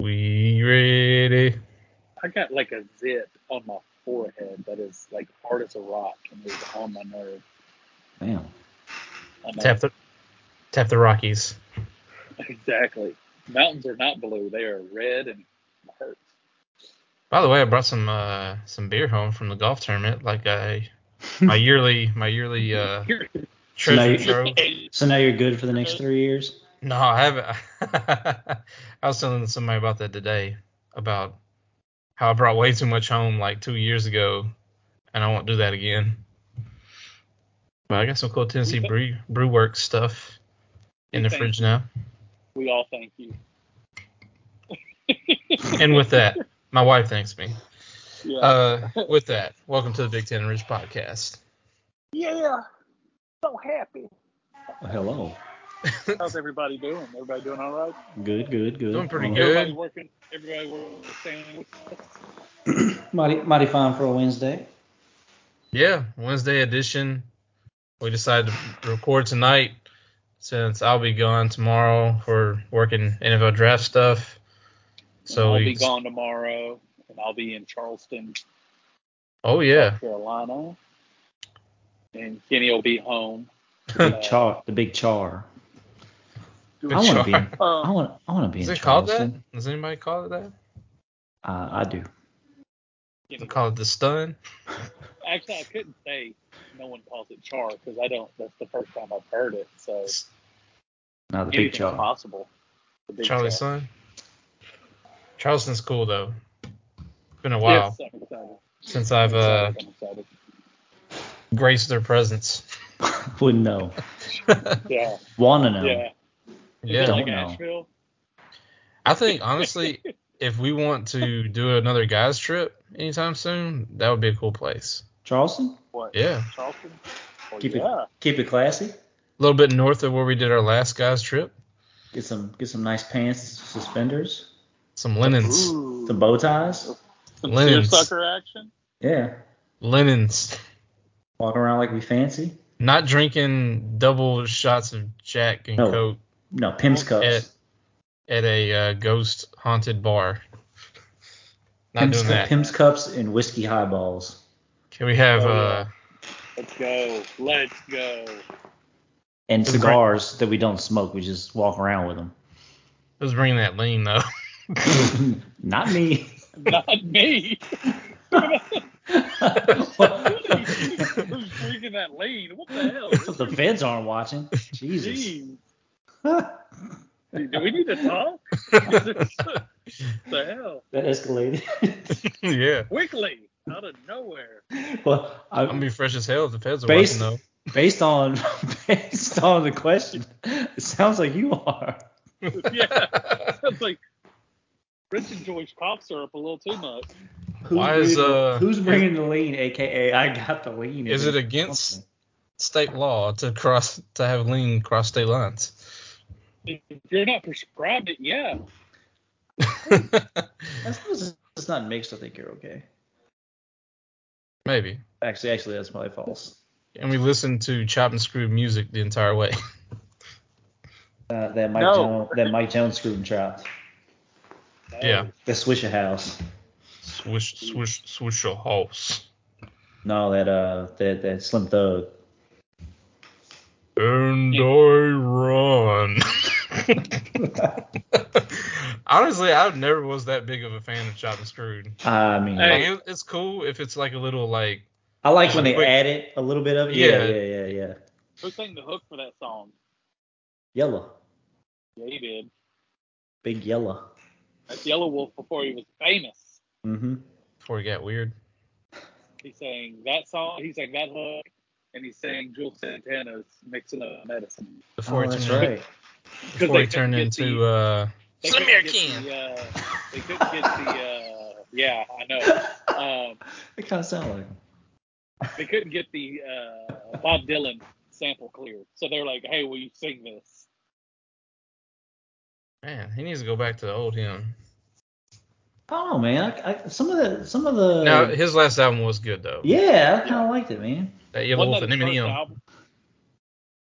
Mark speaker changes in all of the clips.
Speaker 1: We ready.
Speaker 2: I got like a zit on my forehead that is like hard as a rock and is on my nerve.
Speaker 3: Damn.
Speaker 2: I know.
Speaker 1: Tap the tap the Rockies.
Speaker 2: Exactly. Mountains are not blue; they are red and it hurts.
Speaker 1: By the way, I brought some uh, some beer home from the golf tournament. Like I my yearly my yearly uh, treasure
Speaker 3: Nice.
Speaker 1: trove.
Speaker 3: So now you're good for the next three years.
Speaker 1: No, I haven't. I was telling somebody about that today about how I brought way too much home like two years ago, and I won't do that again. But I got some cool Tennessee Brew Brew Works stuff in the
Speaker 2: Thank
Speaker 1: fridge now.
Speaker 2: We all thank you.
Speaker 1: And with that, my wife thanks me.
Speaker 2: Yeah.
Speaker 1: Uh, with that, welcome to the Big Ten Ridge Podcast.
Speaker 2: yeah. So happy.
Speaker 3: Hello.
Speaker 2: How's everybody doing? Everybody doing all right?
Speaker 3: Good, good, good.
Speaker 1: Doing pretty
Speaker 3: Oh,
Speaker 1: good.
Speaker 2: Everybody working. Everybody working the same.
Speaker 3: Mighty, mighty fine for a Wednesday.
Speaker 1: Yeah, Wednesday edition. We decided to record tonight since I'll be gone tomorrow for working NFL draft stuff. So
Speaker 2: I'll
Speaker 1: we,
Speaker 2: be gone tomorrow, and I'll be in Charleston,
Speaker 1: Oh yeah,
Speaker 2: South Carolina. And Kenny will be home.
Speaker 3: The big char. The big char.
Speaker 1: The
Speaker 3: I want to
Speaker 1: char.
Speaker 3: be. In, I
Speaker 2: Um,
Speaker 3: want. I want to be
Speaker 1: is
Speaker 3: in
Speaker 1: it called
Speaker 3: Charleston.
Speaker 1: that? Does anybody call it that?
Speaker 3: Uh, I do.
Speaker 1: They
Speaker 2: Kenny-
Speaker 1: call it the stun.
Speaker 2: actually, I couldn't say no one calls it char because I don't. That's the first time I've heard it. So
Speaker 3: Not the big
Speaker 2: anything's
Speaker 3: char.
Speaker 2: possible. The big
Speaker 1: Charlie
Speaker 2: char.
Speaker 1: Sun. Charleston's cool though. It's been a
Speaker 2: Yes,
Speaker 1: while
Speaker 2: I'm excited.
Speaker 1: since I've uh,
Speaker 2: I'm excited.
Speaker 1: graced their presence.
Speaker 3: Wouldn't know.
Speaker 2: Yeah,
Speaker 3: Want to know.
Speaker 2: yeah.
Speaker 1: yeah,
Speaker 2: Is it like
Speaker 3: Don't know.
Speaker 2: Asheville?
Speaker 1: I think honestly, if we want to do another guys trip anytime soon, that would be a cool place.
Speaker 3: Charleston.
Speaker 2: What?
Speaker 1: Yeah,
Speaker 2: Charleston? Well,
Speaker 3: Keep
Speaker 2: yeah.
Speaker 3: it. Keep it classy.
Speaker 1: a little bit north of where we did our last guys trip.
Speaker 3: Get some. Get some nice pants, suspenders,
Speaker 1: Some linens,
Speaker 2: Ooh.
Speaker 3: some bow ties.
Speaker 2: Some
Speaker 1: Linens.
Speaker 2: seersucker action?
Speaker 3: Yeah.
Speaker 1: linens.
Speaker 3: Walk around like we fancy.
Speaker 1: Not drinking double shots of Jack and
Speaker 3: No.
Speaker 1: Coke
Speaker 3: No, Pim's cups.
Speaker 1: at at a uh, ghost haunted bar. Not
Speaker 3: Pim's,
Speaker 1: doing that.
Speaker 3: Pim's cups and whiskey highballs.
Speaker 1: Can we have
Speaker 2: Oh,
Speaker 1: uh,
Speaker 2: Let's go. Let's go.
Speaker 3: And
Speaker 1: It was great.
Speaker 3: cigars that we don't smoke. We just walk around with
Speaker 1: let's bring that lean though.
Speaker 3: them. Not me.
Speaker 2: Not me. Who's drinking that lean? What the hell?
Speaker 3: the feds aren't watching. Jesus.
Speaker 2: Jeez.
Speaker 3: that
Speaker 2: Do we need to talk? what the hell?
Speaker 3: escalated.
Speaker 1: yeah.
Speaker 2: Quickly, out of nowhere.
Speaker 3: well,
Speaker 1: I'm gonna
Speaker 3: I,
Speaker 1: be fresh as hell if the feds are
Speaker 3: Based-
Speaker 1: watching
Speaker 3: based on based on the question, it sounds like you are.
Speaker 2: Yeah,
Speaker 1: though.
Speaker 2: sounds like Rich enjoys cough syrup a little too much.
Speaker 3: Who's
Speaker 1: Why is,
Speaker 3: bringing,
Speaker 1: uh,
Speaker 3: who's bringing the lean? AKA, I got the lean.
Speaker 1: Is it against state law to cross to have lean cross state lines?
Speaker 2: If you're not prescribed it, yeah.
Speaker 3: As long as it's not mixed, I think you're okay.
Speaker 1: Maybe.
Speaker 3: Actually, actually, that's probably false.
Speaker 1: And we listened to chop and screw music the entire way.
Speaker 3: Uh, that Mike
Speaker 2: No.
Speaker 3: Jones, that Mike Jones screwed and chopped.
Speaker 2: No.
Speaker 1: Yeah.
Speaker 3: The Swisher House.
Speaker 1: Swish, swish, swish your horse.
Speaker 3: No, that uh, that that Slim Thug.
Speaker 1: And I run. Honestly, I never was that big of a fan of Chop and Screwed.
Speaker 3: I mean,
Speaker 1: Like,
Speaker 2: Hey.
Speaker 1: it- it's cool if it's like a little like
Speaker 3: I like when they
Speaker 1: Wait.
Speaker 3: add it a little bit of it. Yeah,
Speaker 1: Yeah.
Speaker 3: yeah, yeah, yeah.
Speaker 2: Who sang the hook for that song?
Speaker 3: Yellow,
Speaker 2: Yeah, he did.
Speaker 3: big yellow.
Speaker 2: That's Yellow Wolf before he was famous.
Speaker 3: Mm-hmm.
Speaker 1: before it got weird.
Speaker 2: He sang that song. He sang that hook, and he sang Jewel Santana's "Mixing Up Medicine."
Speaker 1: Before
Speaker 3: Oh,
Speaker 1: it
Speaker 3: that's
Speaker 1: turned-
Speaker 3: right.
Speaker 1: before it turned into uh
Speaker 2: They
Speaker 1: Slim
Speaker 2: couldn't
Speaker 1: Air
Speaker 2: get
Speaker 1: Ken.
Speaker 2: the, uh, they couldn't get the. Uh, yeah, I know. Um,
Speaker 3: It kind of sounds like him.
Speaker 2: they couldn't get the uh, Bob Dylan sample clear, so they're like, "Hey, will you sing this?"
Speaker 1: Man, he needs to go back to the old him.
Speaker 3: I don't know, man. I, I, some of the, some of the.
Speaker 1: Now his last album was good though.
Speaker 3: yeah, I kind of liked it, man.
Speaker 1: That Yellow Wolf
Speaker 2: Wasn't
Speaker 1: and
Speaker 2: that his first
Speaker 1: Eminem.
Speaker 2: album?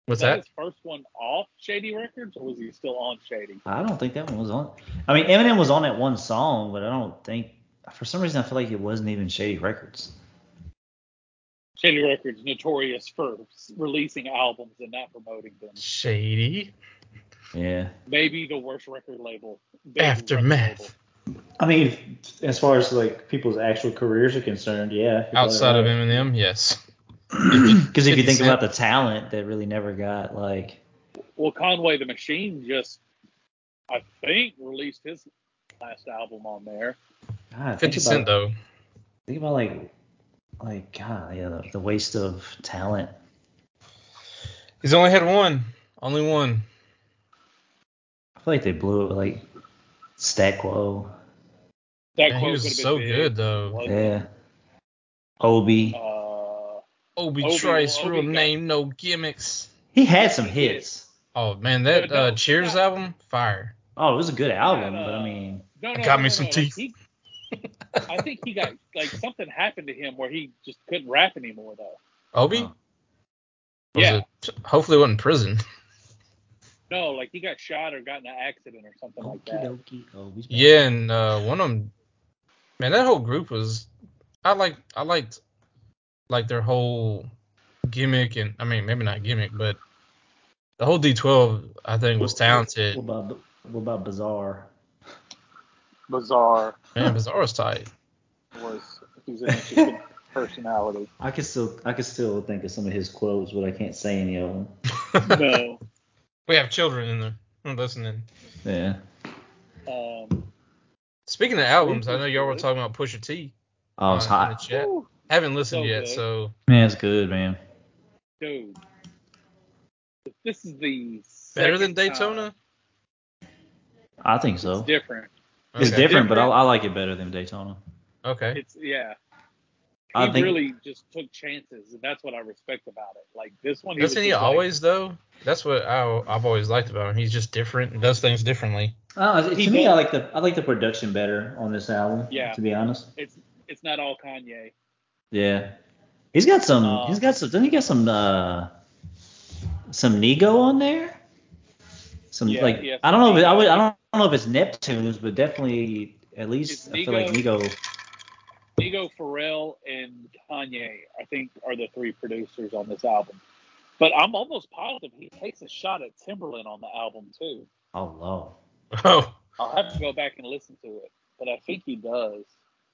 Speaker 1: What's
Speaker 2: that
Speaker 1: that?
Speaker 2: his first one off Shady Records, or was he still on Shady?
Speaker 3: I don't think that one was on. I mean, Eminem was on that one song, but I don't think for some reason I feel like it wasn't even Shady Records.
Speaker 2: Shady Records notorious for s- releasing albums and not promoting them.
Speaker 1: Shady.
Speaker 3: Yeah.
Speaker 2: Maybe the worst record label. big
Speaker 1: Aftermath.
Speaker 2: record
Speaker 3: I mean, as far as like people's actual careers are concerned, yeah.
Speaker 1: Outside of Eminem, yes.
Speaker 3: Because if you think
Speaker 1: 50
Speaker 3: about the talent that really never got like
Speaker 2: label. Well, Conway the Machine just, I think, released his last album on there.
Speaker 3: God, think
Speaker 1: Fifty Cent
Speaker 3: about,
Speaker 1: though.
Speaker 3: think about like like God, yeah, the, the waste of talent.
Speaker 1: He's only had one. Only one.
Speaker 3: I feel like they blew it with, like Stat Quo,
Speaker 2: That
Speaker 1: Man, he
Speaker 2: quote
Speaker 1: was
Speaker 2: could have been
Speaker 1: so
Speaker 2: big.
Speaker 1: good, though.
Speaker 2: Wasn't it?
Speaker 3: yeah, Obi.
Speaker 2: Uh,
Speaker 1: Obi
Speaker 2: Obi-
Speaker 1: Trice,
Speaker 2: Obi
Speaker 1: real
Speaker 2: got-
Speaker 1: name, no gimmicks.
Speaker 3: He had some hits.
Speaker 1: Oh man,
Speaker 2: But
Speaker 1: that
Speaker 2: no,
Speaker 1: uh, Cheers
Speaker 2: not-
Speaker 1: album, fire.
Speaker 3: Oh, it was a good album, but
Speaker 2: uh,
Speaker 3: I mean,
Speaker 2: no,
Speaker 1: I
Speaker 2: no,
Speaker 1: got me
Speaker 2: no, no,
Speaker 1: some
Speaker 2: no,
Speaker 1: teeth.
Speaker 2: Like he, I think he got like something happened to him where he just couldn't rap anymore though.
Speaker 1: Obi.
Speaker 3: Oh.
Speaker 1: Was
Speaker 2: Yeah.
Speaker 1: it- hopefully, it wasn't prison.
Speaker 2: No, like he got shot or got in an accident or something like that.
Speaker 3: Okie dokie, Obi's back.
Speaker 1: Yeah, and uh, one of them, man, that whole group was. I like I liked like their whole gimmick and I mean maybe not gimmick, but the whole D12 I think was
Speaker 3: What-
Speaker 1: talented.
Speaker 3: What about what about Bizarre?
Speaker 2: Bizarre
Speaker 1: Man, Bizarre was tight.
Speaker 2: was he's an interesting personality.
Speaker 3: I could still I could still think of some of his quotes, but I can't say any of them.
Speaker 2: No,
Speaker 1: we have children in there who are listening.
Speaker 3: Yeah.
Speaker 2: um,
Speaker 1: Speaking of albums, I know y'all were talking about Pusha T.
Speaker 3: Oh, it's
Speaker 1: on- in the
Speaker 3: hot.
Speaker 1: chat.
Speaker 2: whew,
Speaker 1: Haven't listened
Speaker 2: So
Speaker 1: yet,
Speaker 2: good.
Speaker 1: so
Speaker 3: Man, it's good, man.
Speaker 2: dude, this is the
Speaker 1: better than
Speaker 2: second time.
Speaker 1: Daytona.
Speaker 3: I think
Speaker 2: It's
Speaker 3: so.
Speaker 2: different.
Speaker 3: It's
Speaker 1: Okay.
Speaker 3: different, but I, I like it better than Daytona.
Speaker 1: Okay.
Speaker 2: It's yeah. He
Speaker 3: I think
Speaker 2: really just took chances, and that's what I respect about it. Like this one, he was
Speaker 1: Doesn't he
Speaker 2: just like-
Speaker 1: always though? That's what I, I've always liked about him. He's just different and does things differently.
Speaker 3: uh, to
Speaker 2: He
Speaker 3: me,
Speaker 2: did.
Speaker 3: I like the I like the production better on this album.
Speaker 2: Yeah.
Speaker 3: To be honest.
Speaker 2: it's it's not all Kanye.
Speaker 3: Yeah. He's got some.
Speaker 2: Uh,
Speaker 3: he's got some. Doesn't he got some? Uh, some Nego on there. Some
Speaker 2: Yeah,
Speaker 3: like
Speaker 2: yeah,
Speaker 3: I don't know. If, it- I
Speaker 2: Nego.
Speaker 3: would. I don't, I don't know if it's Neptune's, but definitely at
Speaker 2: It's
Speaker 3: least I feel like
Speaker 2: Nego.
Speaker 3: Nego.
Speaker 2: Nigo Pharrell and Kanye, I think, are the three producers on this album. But I'm almost positive he takes a shot at Timberland on the album too.
Speaker 3: Oh lord.
Speaker 1: Oh,
Speaker 2: I'll have to go back and listen to it, but I think he does.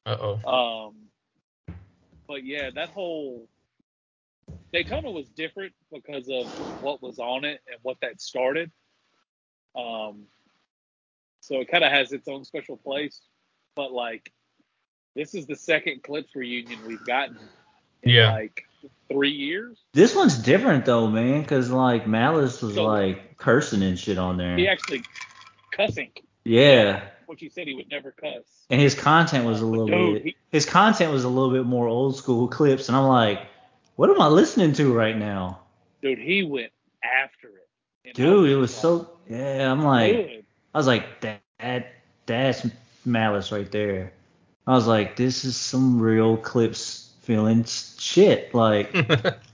Speaker 1: uh oh.
Speaker 2: Um, but yeah, that whole Daytona was different because of what was on it and what that started. Um, so it kind of has its own special place. But like, this is the second Clips reunion we've gotten in
Speaker 1: Yeah.
Speaker 2: like three years.
Speaker 3: This one's different though, man, because like Malice was
Speaker 2: So-
Speaker 3: like cursing and shit on there.
Speaker 2: He actually cussing,
Speaker 3: Yeah,
Speaker 2: which he said he would never cuss. Uh,
Speaker 3: and his content was a little
Speaker 2: Dude,
Speaker 3: bit.
Speaker 2: he,
Speaker 3: His content was a little bit more old school clips, and I'm like, what am I listening to right now,
Speaker 2: dude, he went after it. And
Speaker 3: dude? It was
Speaker 2: like,
Speaker 3: so. Yeah, I'm like,
Speaker 2: good.
Speaker 3: I was like, that, that that's Malice right there. I was like, this is some real clips feeling shit. Like,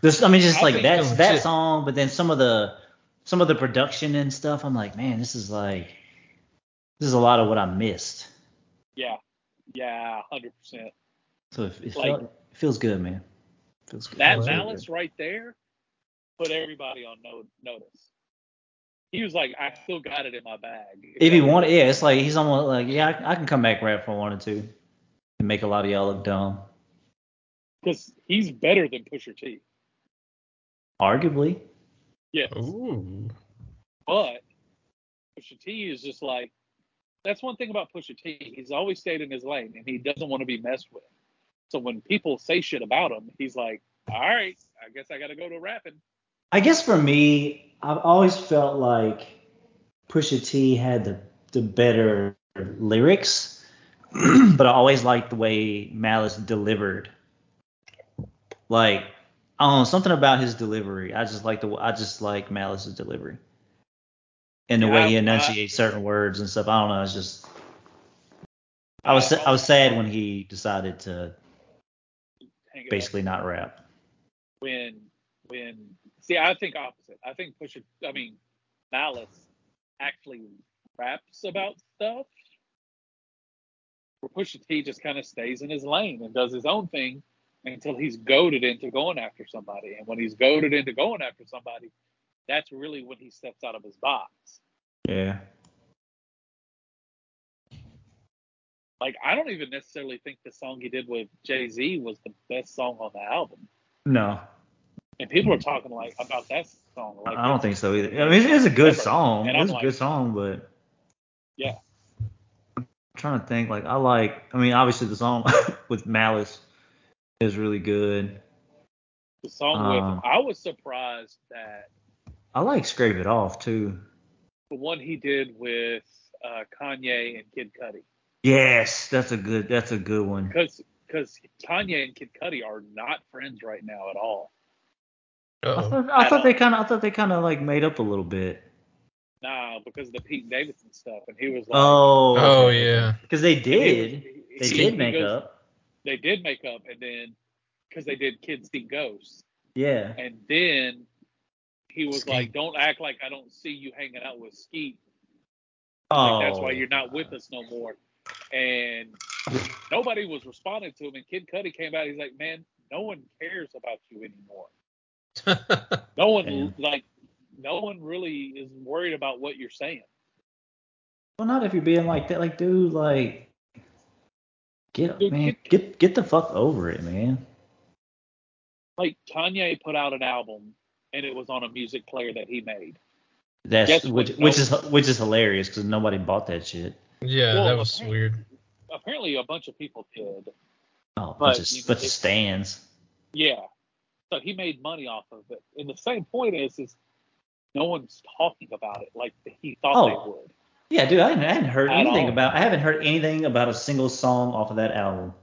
Speaker 3: This, I mean, just
Speaker 2: I
Speaker 3: like
Speaker 2: think
Speaker 3: that's
Speaker 1: those
Speaker 3: that
Speaker 1: shit-
Speaker 3: song, but then some of the some of the production and stuff. I'm like, man, this is like this is a lot of what I missed.
Speaker 2: Yeah, yeah, hundred percent.
Speaker 3: So it, it,
Speaker 2: Like-
Speaker 3: felt, it feels good, man. Feels good.
Speaker 2: That
Speaker 1: Right.
Speaker 2: balance right there put everybody on no- notice. He was like, I still got it in my bag.
Speaker 3: If he wanted, yeah, it's like he's almost like, yeah, I, I can come back rap if I wanted to, and make a lot of y'all look dumb.
Speaker 2: Because he's better than Pusher T.
Speaker 3: Arguably,
Speaker 2: Yes.
Speaker 1: Ooh.
Speaker 2: But Pusha T is just like, that's one thing about Pusha T. He's always stayed in his lane and he doesn't want to be messed with. So when people say shit about him, he's like, all right, I guess I got to go to rapping.
Speaker 3: I guess for me, I've always felt like Pusha T had the the better lyrics, but I always liked the way Malice delivered. Like, I don't know, something about his delivery. I just like the I just like Malice's delivery. And the
Speaker 2: Yeah,
Speaker 3: way he
Speaker 2: I- uh,
Speaker 3: enunciates certain words and stuff. I don't know. It's just I was
Speaker 2: I-
Speaker 3: I was sad when he decided to
Speaker 2: Hang it up.
Speaker 3: basically not rap.
Speaker 2: when when See, I think opposite. I think Pusha, I mean, Malice actually raps about stuff. Where Pusha T just kind of stays in his lane and does his own thing until he's goaded into going after somebody. And when he's goaded into going after somebody, that's really when he steps out of his box.
Speaker 3: Yeah.
Speaker 2: Like, I don't even necessarily think the song he did with Jay Z was the best song on the album.
Speaker 3: No,
Speaker 2: And people are talking like about that song. Like,
Speaker 3: I don't think so either. I mean, it's, it's a good
Speaker 2: Separate.
Speaker 3: song.
Speaker 2: And I'm
Speaker 3: It's a
Speaker 2: like-
Speaker 3: good song, but
Speaker 2: Yeah.
Speaker 3: I'm trying to think. Like I like. I mean, obviously the song with Malice is really good.
Speaker 2: the song
Speaker 3: Um,
Speaker 2: with I was surprised that
Speaker 3: I like Scrape It Off too.
Speaker 2: the one he did with uh, Kanye and Kid Cudi,
Speaker 3: Yes, that's a good. That's a good one.
Speaker 2: because because Kanye and Kid Cudi are not friends right now at all.
Speaker 3: I
Speaker 1: Uh-oh.
Speaker 3: thought, I thought they kind of. I thought they kind of like made up a little bit.
Speaker 2: Nah, because of the Pete Davidson stuff, and he was like,
Speaker 3: Oh.
Speaker 1: Oh yeah.
Speaker 3: Because they
Speaker 2: and he
Speaker 3: did.
Speaker 2: was-
Speaker 3: They
Speaker 2: he-
Speaker 3: did
Speaker 2: he
Speaker 3: make
Speaker 2: goes-
Speaker 3: up.
Speaker 2: They did make up, and then because they did Kids See Ghosts,
Speaker 3: Yeah.
Speaker 2: and then he was
Speaker 1: Skeet.
Speaker 2: like, "Don't act like I don't see you hanging out with Skeet.
Speaker 3: Oh.
Speaker 2: Like, that's why you're not with us no more." And nobody was responding to him. And Kid Cudi came out. He's like, "Man, no one cares about you anymore. No one
Speaker 3: Damn.
Speaker 2: like, no one really is worried about what you're saying."
Speaker 3: Well, not if you're being like that. Like, dude, like, get
Speaker 2: Dude,
Speaker 3: man,
Speaker 2: get-
Speaker 3: get get the fuck over it, man.
Speaker 2: Like Kanye put out an album, and it was on a music player that he made.
Speaker 3: That's
Speaker 2: Guess
Speaker 3: which
Speaker 2: what?
Speaker 3: which is which is hilarious because nobody bought that shit.
Speaker 1: yeah,
Speaker 2: Well,
Speaker 1: that was
Speaker 2: apparent-
Speaker 1: weird.
Speaker 2: Apparently, a bunch of people did.
Speaker 3: Oh,
Speaker 2: But
Speaker 3: bunch
Speaker 2: you
Speaker 3: of
Speaker 2: can
Speaker 3: bunch of
Speaker 2: get-
Speaker 3: stands.
Speaker 2: Yeah. So he made money off of it. And the same point is, is no one's talking about it like he thought
Speaker 3: Oh.
Speaker 2: they would.
Speaker 3: Yeah, dude, I hadn't, I hadn't heard
Speaker 2: At
Speaker 3: anything
Speaker 2: all.
Speaker 3: about. I haven't heard anything about a single song off of that album.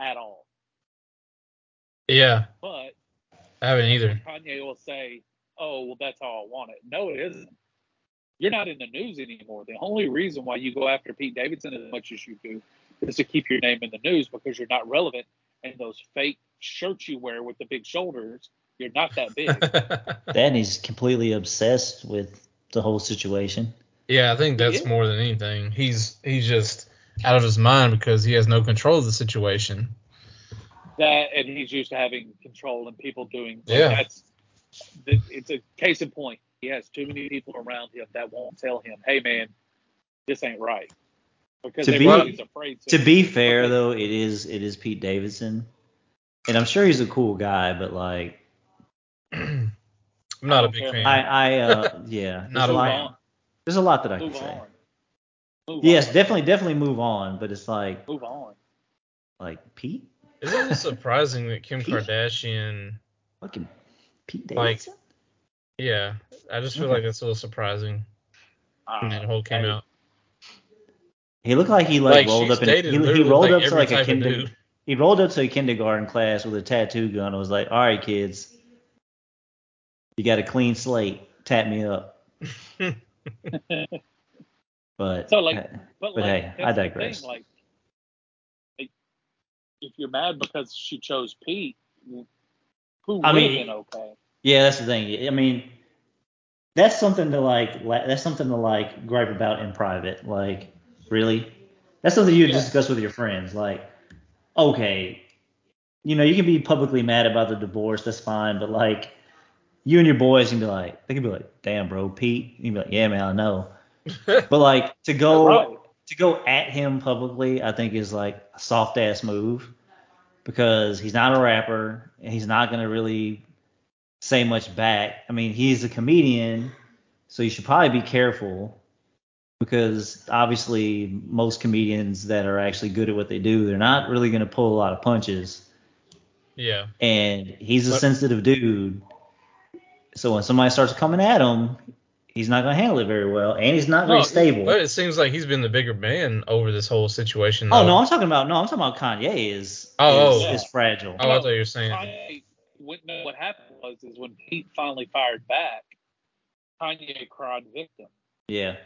Speaker 2: at all.
Speaker 1: Yeah,
Speaker 2: But
Speaker 1: I haven't either.
Speaker 2: Kanye will say, "Oh, well, that's how I want it." No, it isn't. You're not in the news anymore. The only reason why you go after Pete Davidson as much as you do is to keep your name in the news because you're not relevant. And those fake shirts you wear with the big shoulders, you're not that big.
Speaker 3: That he's completely obsessed with the whole situation.
Speaker 1: yeah, I think that's
Speaker 2: Yeah.
Speaker 1: more than anything. He's he's just out of his mind because he has no control of the situation.
Speaker 2: that, and he's used to having control and people doing. like,
Speaker 1: Yeah.
Speaker 2: That's. th- It's a case in point. He has too many people around him that won't tell him, "Hey, man, this ain't right," because
Speaker 3: To be-
Speaker 2: everybody's afraid
Speaker 3: To be fair, though, it is it is Pete Davidson, and I'm sure he's a cool guy, but like,
Speaker 1: I'm not a
Speaker 2: don't
Speaker 1: big
Speaker 2: care.
Speaker 1: fan.
Speaker 3: Oh, I I uh yeah,
Speaker 1: Not
Speaker 3: there's
Speaker 1: a
Speaker 3: a lot.
Speaker 2: on.
Speaker 3: There's a lot that I
Speaker 2: move
Speaker 3: can say.
Speaker 2: on. Move
Speaker 3: Yes,
Speaker 2: on.
Speaker 3: definitely, definitely move on. But it's like,
Speaker 2: Move on.
Speaker 3: like Pete,
Speaker 1: It's a little surprising that Kim Kardashian.
Speaker 3: fucking Pete
Speaker 1: Like,
Speaker 3: Davidson.
Speaker 1: Yeah, I just feel like that's a little surprising when that whole came
Speaker 2: Hey,
Speaker 1: out.
Speaker 3: he looked like he like, rolled
Speaker 1: she's
Speaker 3: up in he,
Speaker 1: dated
Speaker 3: he
Speaker 1: literally,
Speaker 3: rolled up to
Speaker 1: every
Speaker 3: like a
Speaker 1: type of
Speaker 3: kinder,
Speaker 1: dude.
Speaker 3: he rolled up to a kindergarten class with a tattoo gun and was like, all right, kids, you got a clean slate, tap me up. But uh,
Speaker 2: So, like, But,
Speaker 3: But
Speaker 2: like,
Speaker 3: hey, I
Speaker 2: that's the
Speaker 3: digress.
Speaker 2: thing, Like, like, if you're mad because she chose Pete, who would
Speaker 3: I
Speaker 2: have
Speaker 3: mean-
Speaker 2: been okay?
Speaker 3: yeah, that's the thing. I mean, that's something to like. la- That's something to like gripe about in private. Like, really, that's something you
Speaker 2: Yeah.
Speaker 3: discuss with your friends. Like, okay, you know, you can be publicly mad about the divorce. That's fine, but like, you and your boys can be like, they can be like, damn, bro, Pete. You can be like, yeah, man, I know. but like to go
Speaker 2: Right.
Speaker 3: to go at him publicly, I think is like a soft ass move because he's not a rapper and he's not gonna really say much back. I mean, he's a comedian, so you should probably be careful because obviously most comedians that are actually good at what they do, they're not really gonna pull a lot of punches.
Speaker 1: yeah,
Speaker 3: And he's a
Speaker 1: But-
Speaker 3: sensitive dude, so when somebody starts coming at him, he's not gonna handle it very well, and he's not very
Speaker 1: No,
Speaker 3: stable.
Speaker 1: but it seems like he's been the bigger man over this whole situation.
Speaker 3: Oh
Speaker 1: though.
Speaker 3: no, I'm talking about no, I'm talking about Kanye is
Speaker 1: Oh,
Speaker 3: is,
Speaker 2: oh.
Speaker 3: is fragile.
Speaker 1: Oh, I thought you were saying.
Speaker 2: Kanye, went- no, what happened was is when Pete finally fired back, Kanye cried victim.
Speaker 3: Yeah.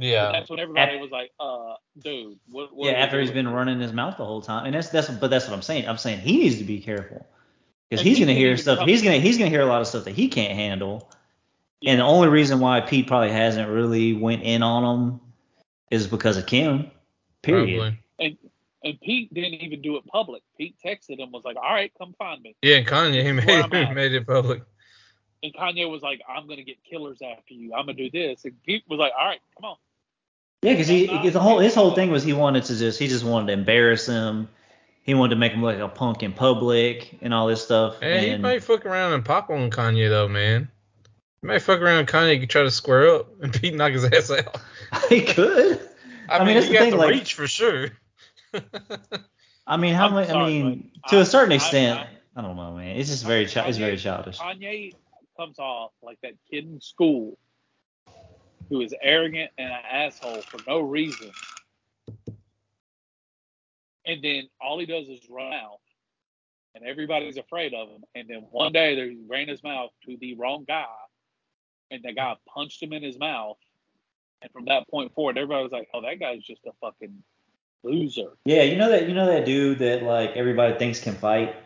Speaker 1: Yeah,
Speaker 2: That's when everybody was like, "Uh, dude, what?" what
Speaker 3: Yeah,
Speaker 2: are we
Speaker 3: after he's
Speaker 2: doing?
Speaker 3: been running his mouth the whole time. And that's that's but that's what I'm saying. I'm saying he needs to be careful because
Speaker 2: And
Speaker 3: he's
Speaker 2: he
Speaker 3: gonna
Speaker 2: can
Speaker 3: hear
Speaker 2: even
Speaker 3: stuff.
Speaker 2: come-
Speaker 3: He's gonna he's gonna hear a lot of stuff that he can't handle. And the
Speaker 2: Yeah.
Speaker 3: only reason why Pete probably hasn't really went in on him is because of Kim. Period.
Speaker 1: Probably.
Speaker 2: And Pete didn't even do it public. Pete texted him, was like, "All right, come find me."
Speaker 1: Yeah, and Kanye he
Speaker 2: Where I'm
Speaker 1: made,
Speaker 2: at.
Speaker 1: made it public.
Speaker 2: And Kanye was like, "I'm gonna get killers after you. I'm gonna do this." And Pete was like, "All right, come on."
Speaker 3: Yeah, because he,
Speaker 2: That's not-
Speaker 3: he the whole his whole thing was he wanted to just he just wanted to embarrass him. He wanted to make him look like a punk in public and all this stuff.
Speaker 1: Yeah, he
Speaker 3: and
Speaker 1: might fuck around and pop on Kanye though, man. He might fuck around and Kanye could try to square up and Pete knock his ass out.
Speaker 3: he could.
Speaker 1: I,
Speaker 3: I mean,
Speaker 1: mean,
Speaker 3: that's
Speaker 1: he
Speaker 3: the
Speaker 1: got
Speaker 3: thing,
Speaker 1: the
Speaker 3: like-
Speaker 1: reach for sure.
Speaker 3: I mean, how
Speaker 2: I'm
Speaker 3: much? I
Speaker 2: sorry,
Speaker 3: mean,
Speaker 2: but
Speaker 3: to
Speaker 2: I-
Speaker 3: a certain
Speaker 2: I-
Speaker 3: extent,
Speaker 2: I-
Speaker 3: I, don't know, man. It's just very chi- it's very childish.
Speaker 2: Kanye comes off like that kid in school who is arrogant and an asshole for no reason. And then all he does is run out, and everybody's afraid of him. And then one day they ran his mouth to the wrong guy, and the guy punched him in his mouth. And from that point forward, everybody was like, "Oh, that guy's just a fucking loser."
Speaker 3: Yeah, you know that you know that dude that like everybody thinks can fight.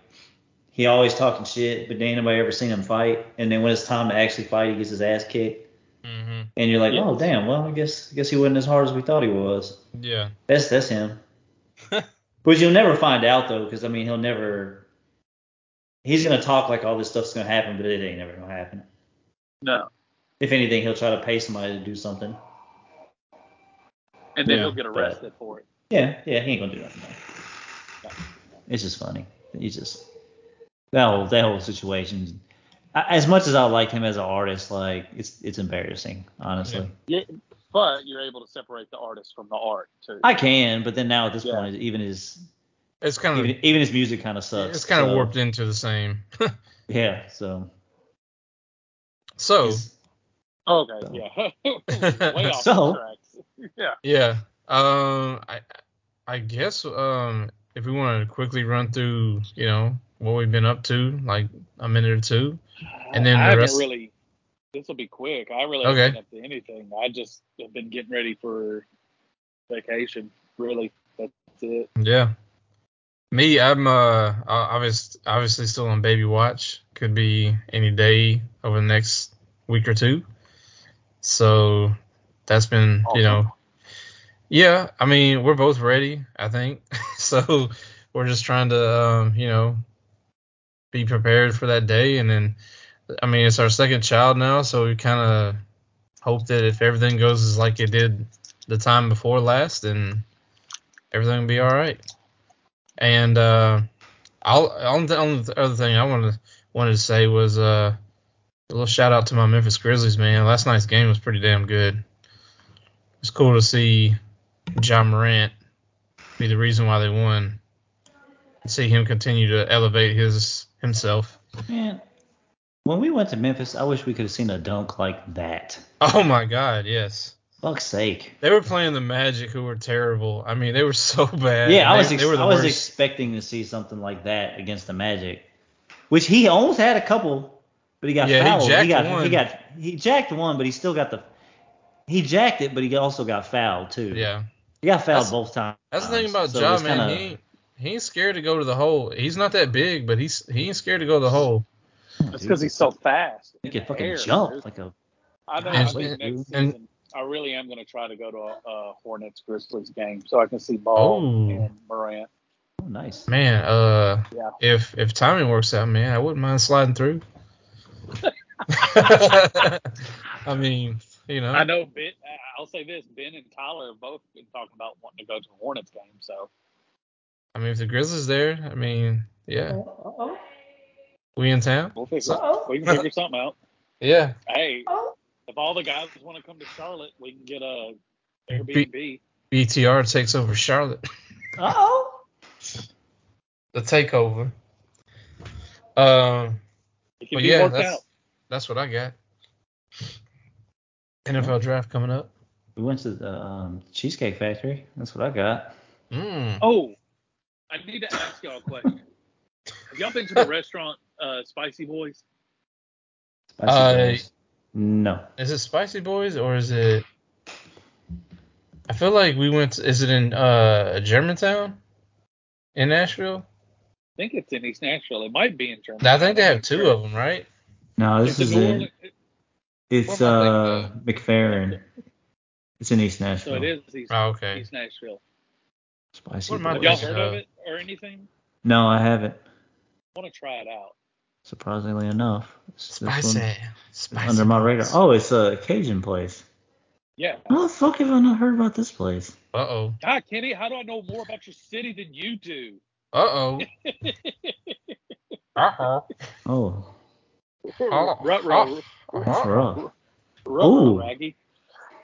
Speaker 3: He always talking shit, but ain't nobody ever seen him fight. And then when it's time to actually fight, he gets his ass kicked,
Speaker 1: hmm
Speaker 3: and you're like,
Speaker 2: Yeah.
Speaker 3: oh damn, well I guess I guess he wasn't as hard as we thought he was.
Speaker 1: Yeah.
Speaker 3: That's that's him. Which you'll never find out though, because I mean he'll never. He's gonna talk like all this stuff's gonna happen, but it ain't never gonna happen.
Speaker 2: No,
Speaker 3: If anything, he'll try to pay somebody to do something.
Speaker 2: and then
Speaker 1: Yeah,
Speaker 2: he'll get arrested for it.
Speaker 3: Yeah, yeah, he ain't gonna do nothing. though. It's just funny. He's just that whole that whole situation. I- As much as I like him as an artist, like it's it's embarrassing, honestly.
Speaker 2: Yeah, but you're able to separate the artist from the art too.
Speaker 3: I can, but then now at this
Speaker 2: Yeah.
Speaker 3: point, even his
Speaker 1: It's kind of
Speaker 3: even, even his music kind of sucks.
Speaker 1: it's kind of
Speaker 3: so-
Speaker 1: warped into the same.
Speaker 3: Yeah, so.
Speaker 1: so
Speaker 3: he's-
Speaker 2: Okay,
Speaker 3: So-
Speaker 2: yeah. Way off
Speaker 3: So-
Speaker 2: the tracks. Yeah.
Speaker 1: yeah, um, I I guess um if we want to quickly run through you know what we've been up to like a minute or two. And then
Speaker 2: I
Speaker 1: the
Speaker 2: haven't
Speaker 1: rest-
Speaker 2: really. This will be quick. I really
Speaker 1: Okay.
Speaker 2: haven't been up to anything. I just have been getting ready for vacation. Really, that's it.
Speaker 1: Yeah. Me, I'm uh obviously obviously still on baby watch. Could be any day over the next week or two. So that's been you know yeah. I mean we're both ready. I think so. We're just trying to um, you know be prepared for that day, and then I mean it's our second child now, so we kind of hope that if everything goes as like it did the time before last, then everything will be all right. And uh, I'll on the, on the other thing I wanted wanted to say was uh, a little shout out to my Memphis Grizzlies man. Last night's game was pretty damn good. It's cool to see John Morant be the reason why they won. See him continue to elevate his himself.
Speaker 3: Man, when we went to Memphis, I wish we could have seen a dunk like that.
Speaker 1: Oh my God, yes.
Speaker 3: Fuck's sake.
Speaker 1: They were playing the Magic, who were terrible. I mean, they were so bad.
Speaker 3: Yeah, I
Speaker 1: They-
Speaker 3: was ex-
Speaker 1: they were the
Speaker 3: I was
Speaker 1: worst.
Speaker 3: expecting to see something like that against the Magic, which he almost had a couple, but he got
Speaker 1: Yeah, he
Speaker 3: fouled.
Speaker 1: jacked
Speaker 3: got
Speaker 1: one.
Speaker 3: he got he jacked one, but he still got the he jacked it, but he also got fouled too.
Speaker 1: yeah.
Speaker 3: he got fouled
Speaker 1: That's-
Speaker 3: both times.
Speaker 1: That's the thing about
Speaker 3: Um, so
Speaker 1: Ja,
Speaker 3: it's
Speaker 1: man.
Speaker 3: kinda-
Speaker 1: he ain't, he ain't scared to go to the hole. He's not that big, but he's he ain't scared to go to the hole. Hmm.
Speaker 2: That's because he's so fast.
Speaker 3: he
Speaker 2: in
Speaker 3: could
Speaker 2: the
Speaker 3: fucking
Speaker 2: air,
Speaker 3: jump
Speaker 2: dude.
Speaker 3: like a
Speaker 2: I know.
Speaker 1: And-
Speaker 2: I think
Speaker 1: and-
Speaker 2: next
Speaker 1: and-
Speaker 2: season I really am going to try to go to a, a Hornets Grizzlies game so I can see Ball
Speaker 1: Oh.
Speaker 2: and Morant.
Speaker 3: oh, nice.
Speaker 1: Man, uh,
Speaker 2: Yeah.
Speaker 1: if if timing works out, man, I wouldn't mind sliding through. I mean, you know,
Speaker 2: I know. Ben, I'll say this: Ben and Tyler have both been talking about wanting to go to the Hornets game. So
Speaker 1: I mean, if the Grizzlies there, I mean, yeah,
Speaker 3: Uh-oh.
Speaker 1: we in town.
Speaker 2: we'll figure.
Speaker 3: So-
Speaker 2: we can figure something out.
Speaker 1: Yeah,
Speaker 2: Hey, if all the guys want to come to Charlotte, we can get a Airbnb.
Speaker 1: BTR takes over Charlotte.
Speaker 3: Uh oh.
Speaker 1: The takeover. Um.
Speaker 2: It can
Speaker 1: Well,
Speaker 2: be
Speaker 1: yeah,
Speaker 2: worked
Speaker 1: that's,
Speaker 2: out.
Speaker 1: that's what I got. NFL draft coming up.
Speaker 3: We went to the um, Cheesecake Factory. That's what I got. Hmm.
Speaker 1: Mm.
Speaker 2: Oh, I need to ask y'all a question. Have y'all been to the restaurant uh, Spicy Boys?
Speaker 3: Spicy
Speaker 1: Uh,
Speaker 3: fries. no.
Speaker 1: Is it Spicy Boys or is it? I feel like we went. To, is it in uh Germantown, in Nashville?
Speaker 2: think it's in East Nashville. It might be in Germany.
Speaker 1: I think they have two of them, right?
Speaker 3: No,
Speaker 2: It's
Speaker 3: this is
Speaker 2: in New
Speaker 3: in
Speaker 2: Orleans-
Speaker 3: it's
Speaker 1: Where am I
Speaker 3: uh McFarren. It's in East Nashville.
Speaker 2: So it is East,
Speaker 1: Oh, okay.
Speaker 2: East Nashville.
Speaker 3: Spicy.
Speaker 1: Where am I
Speaker 2: Have
Speaker 3: boys.
Speaker 2: y'all
Speaker 1: think,
Speaker 2: heard of
Speaker 1: uh,
Speaker 2: it or anything?
Speaker 3: No, I haven't.
Speaker 2: I want to try it out.
Speaker 3: Surprisingly enough, It's- this one
Speaker 1: Spicy.
Speaker 3: is
Speaker 1: Spicy.
Speaker 3: under my radar.
Speaker 1: boys.
Speaker 3: Oh, it's a Cajun place.
Speaker 2: Yeah.
Speaker 3: How the fuck have I not heard about this place?
Speaker 1: Uh-oh.
Speaker 2: God, Kenny, how do I know more about your city than you do?
Speaker 1: Uh-oh. Uh-huh. Uh-oh.
Speaker 3: Oh,
Speaker 1: Oh,
Speaker 2: Rut,
Speaker 1: oh,
Speaker 2: rut,
Speaker 3: that's
Speaker 1: Uh-oh.
Speaker 3: rough. Ooh.
Speaker 2: rut, Raggy.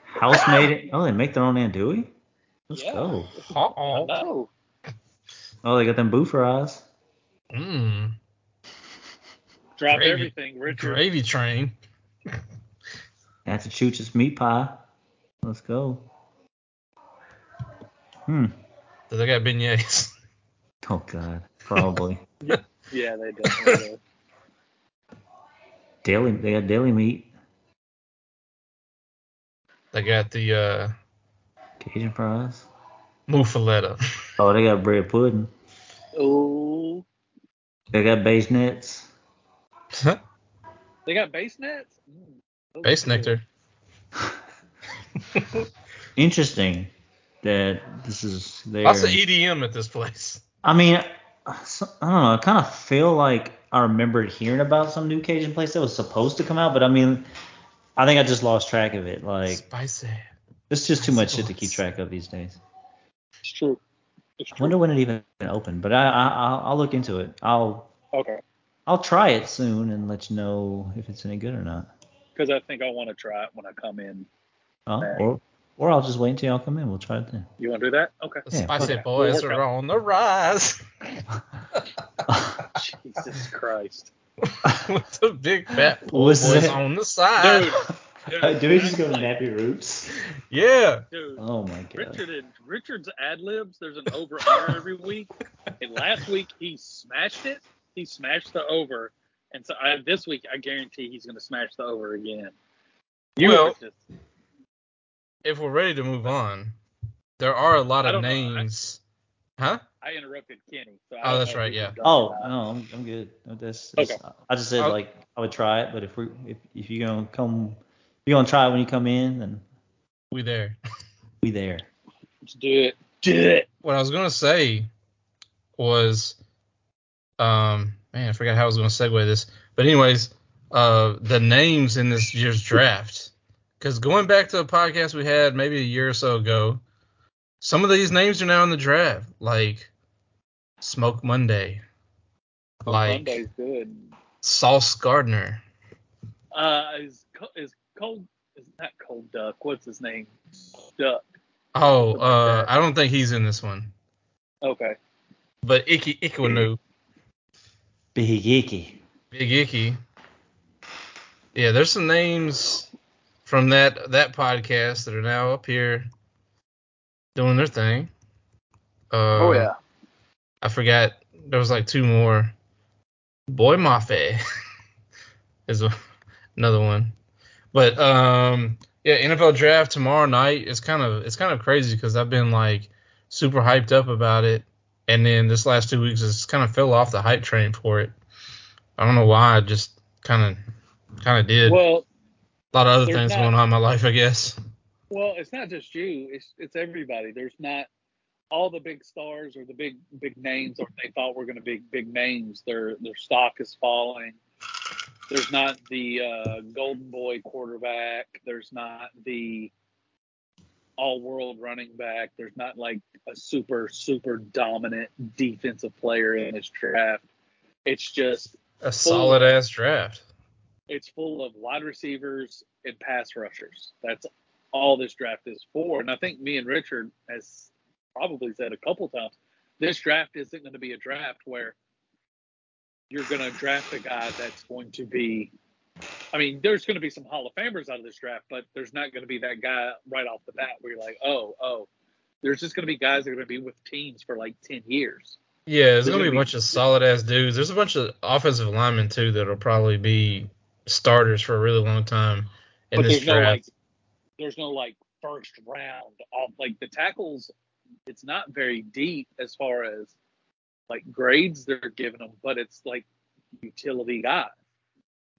Speaker 3: House made it. Oh, they make their own andouille. Let's
Speaker 2: Yeah.
Speaker 3: go.
Speaker 1: Uh-oh.
Speaker 2: No.
Speaker 3: Oh, they got them boo fries.
Speaker 1: Mmm.
Speaker 2: Drop
Speaker 1: Gravy.
Speaker 2: everything, Richard.
Speaker 1: Gravy train.
Speaker 3: Massachusetts meat pie. Let's go. Hmm.
Speaker 1: So they got beignets.
Speaker 3: Oh God. Probably.
Speaker 2: Yeah, they definitely do.
Speaker 3: daily. They got daily meat.
Speaker 1: They got the uh
Speaker 3: Cajun fries.
Speaker 1: muffaletta.
Speaker 3: Oh, they got bread pudding.
Speaker 2: Ooh.
Speaker 3: They got base nets.
Speaker 2: They got base nets? Mm, those
Speaker 1: Base
Speaker 2: are good.
Speaker 1: nectar.
Speaker 3: Interesting that this is there.
Speaker 1: Lots of EDM E at this place.
Speaker 3: I mean, so- I don't know. I kind of feel like I remembered hearing about some new Cajun place that was supposed to come out, but I mean, I think I just lost track of it. Like,
Speaker 1: Spicy.
Speaker 3: it's just too much shit to keep
Speaker 1: Spice.
Speaker 3: track of these days.
Speaker 2: It's true. It's
Speaker 3: I
Speaker 2: true.
Speaker 3: wonder when it even opened, but I, I I'll, I'll look into it. I'll
Speaker 2: Okay.
Speaker 3: I'll try it soon and let you know if it's any good or not.
Speaker 2: Because I think I want to try it when I come in.
Speaker 3: Oh,
Speaker 2: Okay.
Speaker 3: or or I'll just wait until y'all come in. We'll try it then.
Speaker 2: You want to do that? Okay.
Speaker 1: The
Speaker 3: Yeah,
Speaker 1: spicy
Speaker 2: fuck it.
Speaker 1: boys
Speaker 2: We'll work
Speaker 1: are on the rise
Speaker 2: Jesus Christ.
Speaker 1: with the big fat pool
Speaker 3: What's
Speaker 1: boys
Speaker 3: that?
Speaker 1: on the side.
Speaker 2: Dude. dude,
Speaker 3: Uh, Do we just go to
Speaker 2: like,
Speaker 3: nappy roots?
Speaker 1: Yeah.
Speaker 2: Dude,
Speaker 3: Oh my god.
Speaker 2: Richard and Richard's ad libs, there's an over under every week. And last week he smashed it. He smashed the over. And so I, this week I guarantee he's going to smash the over again. You
Speaker 1: Well,
Speaker 2: are just-
Speaker 1: If we're ready to move on, there are a lot
Speaker 2: I
Speaker 1: of
Speaker 2: don't know, I-
Speaker 1: names. Huh?
Speaker 2: I interrupted Kenny. So I
Speaker 1: Oh,
Speaker 2: don't
Speaker 1: that's
Speaker 2: know if
Speaker 1: right,
Speaker 2: we
Speaker 1: yeah.
Speaker 2: can go
Speaker 3: Oh
Speaker 2: on.
Speaker 3: no, I'm, I'm good. No, That's,
Speaker 2: Okay. Uh,
Speaker 3: that's- I just said
Speaker 1: I'll-
Speaker 3: like I would try it, but if we if, if you're gonna come, if you're gonna try it when you come in, then
Speaker 1: We there.
Speaker 3: we there.
Speaker 2: Let's do it. Do it.
Speaker 1: What I was gonna say was um man, I forgot how I was gonna segue this. But anyways, uh the names in this year's draft. Because going back to a podcast we had maybe a year or so ago, some of these names are now in the draft. Like Smoke Monday. Like
Speaker 2: Monday's good.
Speaker 1: Sauce Gardner.
Speaker 2: Uh, is Co- is cold? Is not cold duck. What's his name? Duck.
Speaker 1: Oh,
Speaker 2: Something like
Speaker 1: uh,
Speaker 2: that.
Speaker 1: I don't think he's in this one.
Speaker 2: Okay.
Speaker 1: But Icky Iquinu,
Speaker 3: Big icky.
Speaker 1: Big Icky. Yeah, there's some names from that that podcast that are now up here doing their thing. Uh,
Speaker 2: Oh,
Speaker 1: I forgot there was like two more. Boy Mafe is a, another one. But um yeah, NFL draft tomorrow night is kind of it's kind of crazy because I've been like super hyped up about it, and then this last two weeks it's kind of fell off the hype train for it. I don't know why, I just kind of kind of did.
Speaker 2: Well,
Speaker 1: a lot of other
Speaker 2: there's
Speaker 1: things
Speaker 2: not-
Speaker 1: going on in my life, I guess.
Speaker 2: well, it's not just you. It's it's everybody. There's not all the big stars or the big big names or they thought were going to be big names. Their their stock is falling. There's not the uh, golden boy quarterback. There's not the all world running back. There's not like a super super dominant defensive player in this draft. It's just
Speaker 1: A solid ass draft.
Speaker 2: it's full of wide receivers and pass rushers. That's all this draft is for. And I think me and Richard has probably said a couple times this draft isn't going to be a draft where you're going to draft a guy that's going to be. I mean, there's going to be some Hall of Famers out of this draft, but there's not going to be that guy right off the bat where you're like, oh, oh. There's just going to be guys that are going to be with teams for like 10 years.
Speaker 1: Yeah, there's
Speaker 2: They're
Speaker 1: gonna be
Speaker 2: gonna
Speaker 1: a
Speaker 2: be-
Speaker 1: bunch of solid ass dudes. There's a bunch of offensive linemen too that'll probably be starters for a really long time in
Speaker 2: but
Speaker 1: this
Speaker 2: there's no like
Speaker 1: draft.
Speaker 2: there's no like first round off like the tackles it's not very deep as far as like grades they're giving them, but it's like utility guys.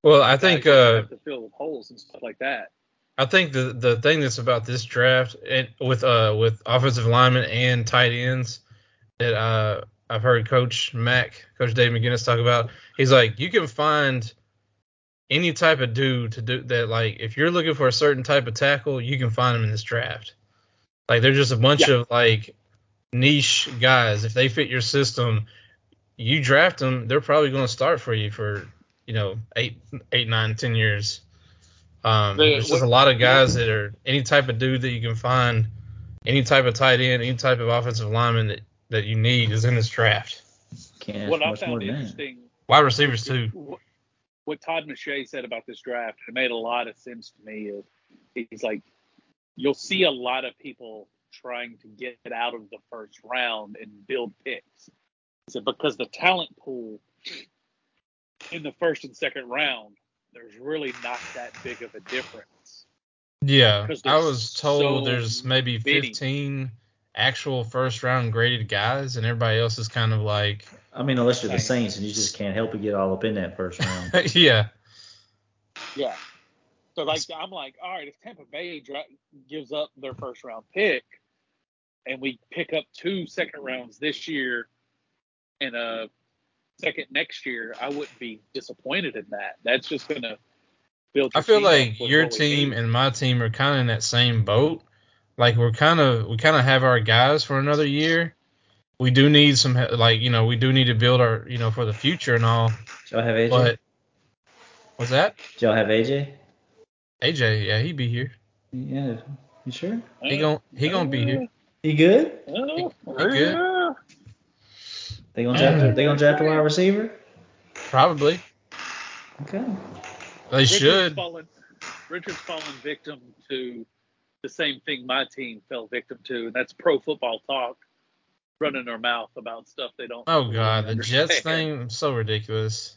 Speaker 1: Well, I think
Speaker 2: guys that
Speaker 1: uh,
Speaker 2: have to fill with holes and stuff like that.
Speaker 1: I think the the thing that's about this draft and with uh with offensive linemen and tight ends that uh I've heard Coach Mack, Coach Dave McGinnis talk about, he's like you can find any type of dude to do that. Like if you're looking for a certain type of tackle, you can find them in this draft. Like they're just a bunch of like niche guys. If they fit your system, you draft them. They're probably going to start for you for you know eight eight nine ten years. Um,
Speaker 2: They-
Speaker 1: there's just a lot of guys that are any type of dude that you can find, any type of tight end, any type of offensive lineman that, that you need is in this draft.
Speaker 3: Can't ask
Speaker 2: what I
Speaker 3: much more
Speaker 2: found
Speaker 3: than that.
Speaker 2: interesting
Speaker 1: Wide receivers too.
Speaker 2: What- What Todd Mache said about this draft, it made a lot of sense to me. Is he's like, you'll see a lot of people trying to get out of the first round and build picks. He said because the talent pool in the first and second round, there's really not that big of a difference.
Speaker 1: Yeah,
Speaker 2: 'Cause
Speaker 1: I
Speaker 2: there's
Speaker 1: was told
Speaker 2: so
Speaker 1: there's maybe
Speaker 2: many.
Speaker 1: 15 actual first round graded guys, and everybody else is kind of like,
Speaker 3: I mean, unless you're the
Speaker 2: Thanks.
Speaker 3: Saints and you just can't help but get all up in that first round.
Speaker 1: yeah,
Speaker 2: Yeah. So like I'm like, all right, if Tampa Bay dra- gives up their first round pick, and we pick up two second rounds this year, and a second next year, I wouldn't be disappointed in that. That's just gonna build.
Speaker 1: I
Speaker 2: your
Speaker 1: feel
Speaker 2: team up
Speaker 1: like
Speaker 2: with
Speaker 1: your
Speaker 2: what we
Speaker 1: team
Speaker 2: need.
Speaker 1: and my team are kind of in that same boat. Like we're kind of we kind of have our guys for another year. We do need some he- like you know we do need to build our you know for the future and all.
Speaker 3: Y'all have AJ?
Speaker 1: But what's that?
Speaker 3: Y'all have AJ?
Speaker 1: AJ, yeah, he be here.
Speaker 3: Yeah. You sure?
Speaker 1: He gon' he gonna be here.
Speaker 3: You good?
Speaker 2: Uh,
Speaker 1: He good.
Speaker 3: They gonna draft? They gonna draft a wide receiver?
Speaker 1: Probably
Speaker 3: Okay.
Speaker 1: they
Speaker 2: Richard's
Speaker 1: should.
Speaker 2: Fallen, Richard's fallen victim to the same thing my team fell victim to, and that's pro football talk running their mouth about stuff they don't.
Speaker 1: Oh
Speaker 2: really
Speaker 1: god, the Jets
Speaker 2: understand.
Speaker 1: thing so ridiculous.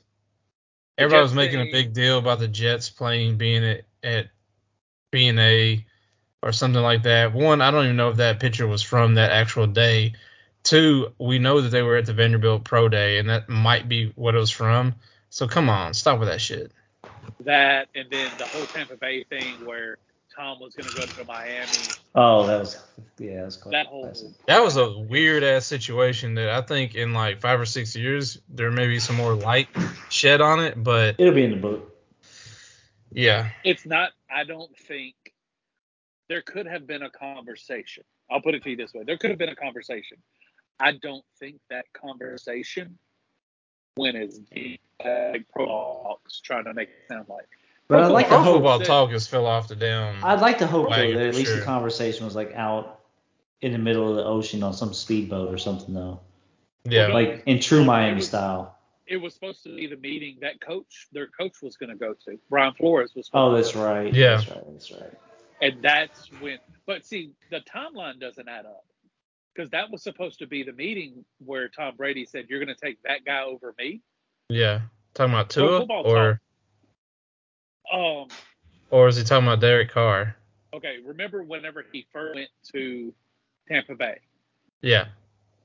Speaker 2: The
Speaker 1: Everybody
Speaker 2: Jets
Speaker 1: was making a
Speaker 2: thing-
Speaker 1: big deal about the Jets playing being at at B and A or something like that. One, I don't even know if that picture was from that actual day. Two, we know that they were at the Vanderbilt Pro Day, and that might be what it was from. So come on, stop with that shit.
Speaker 2: That and then the whole Tampa Bay thing where Tom was going to go to Miami.
Speaker 3: Oh, that was yeah, that was quite
Speaker 2: That whole
Speaker 3: classic.
Speaker 1: That was a weird ass situation that I think in like five or six years there may be some more light shed on it, but
Speaker 3: It'll be in the book.
Speaker 1: yeah,
Speaker 2: it's not. I don't think there could have been a conversation. I'll put it to you this way: there could have been a conversation. I don't think that conversation went as deep as pro talks trying to make it sound like. Oh,
Speaker 3: But I'd like to
Speaker 1: Pro
Speaker 3: hope.
Speaker 1: football
Speaker 2: that-
Speaker 1: talk has fell off the damn.
Speaker 3: I'd like to hope though
Speaker 1: Wagon,
Speaker 3: that at least
Speaker 1: sure.
Speaker 3: the conversation was like out in the middle of the ocean on some speedboat or something though,
Speaker 1: yeah.
Speaker 3: like in true Miami
Speaker 2: was-
Speaker 3: style.
Speaker 2: It was supposed to be the meeting that coach, their coach, was going to go to. Brian Flores was.
Speaker 3: Oh,
Speaker 2: supposed to
Speaker 3: that's
Speaker 2: go.
Speaker 3: right.
Speaker 1: Yeah.
Speaker 3: That's right. That's right.
Speaker 2: And that's when, but see, the timeline doesn't add up because that was supposed to be the meeting where Tom Brady said, You're going to take that guy over me.
Speaker 1: Yeah. Talking about
Speaker 2: Pro
Speaker 1: Tua
Speaker 2: football
Speaker 1: or
Speaker 2: talk. Um,
Speaker 1: or is he talking about Derek Carr?
Speaker 2: okay, remember whenever he first went to Tampa Bay,
Speaker 1: Yeah.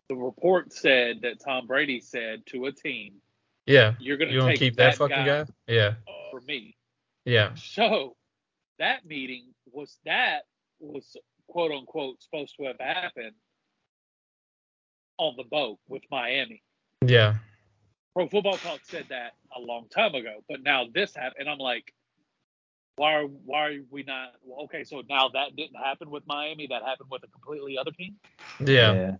Speaker 2: the report said that Tom Brady said to a team,
Speaker 1: Yeah.
Speaker 2: You're going
Speaker 1: You
Speaker 2: to
Speaker 1: gonna
Speaker 2: take
Speaker 1: keep that,
Speaker 2: that,
Speaker 1: fucking guy? Yeah.
Speaker 2: over me.
Speaker 1: Yeah.
Speaker 2: So that meeting was that was quote unquote supposed to have happened on the boat with Miami.
Speaker 1: Yeah.
Speaker 2: Pro Football Talk said that a long time ago, but now this happened, and I'm like, why are why are we not? well, Okay, so now that didn't happen with Miami. That happened with a completely other team.
Speaker 1: Yeah.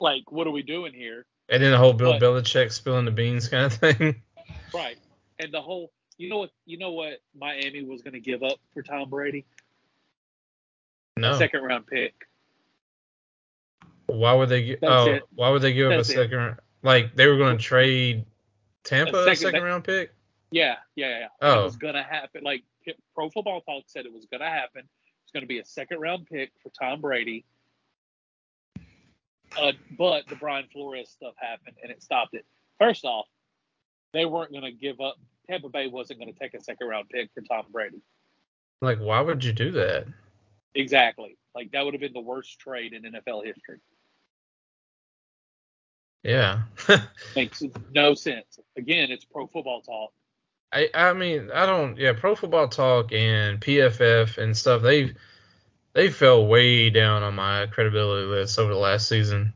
Speaker 2: Like, what are we doing here?
Speaker 1: And then the whole Bill
Speaker 2: But-
Speaker 1: Belichick spilling the beans kind of thing.
Speaker 2: Right. And the whole, you know what, you know what Miami was going to give up for Tom Brady,
Speaker 1: No.
Speaker 2: second round pick.
Speaker 1: Why would they? gi-
Speaker 2: That's
Speaker 1: oh,
Speaker 2: it.
Speaker 1: why would they give up
Speaker 2: That's
Speaker 1: a
Speaker 2: it.
Speaker 1: second? round Like they were going to trade Tampa a
Speaker 2: second-
Speaker 1: second, round pick?
Speaker 2: Yeah, yeah, yeah. It
Speaker 1: Oh,
Speaker 2: was going to happen. Like Pro Football Talk said, it was going to happen. It's going to be a second round pick for Tom Brady. Uh, but the Brian Flores stuff happened and it stopped it. First off, they weren't going to give up. Tampa Bay wasn't going to take a second round pick for Tom Brady.
Speaker 1: like why would you do that?
Speaker 2: Exactly. Like that would have been the worst trade in NFL history.
Speaker 1: Yeah.
Speaker 2: Makes no sense. Again, it's pro football talk.
Speaker 1: I I mean I don't yeah Pro Football Talk and PFF and stuff they they fell way down on my credibility list over the last season.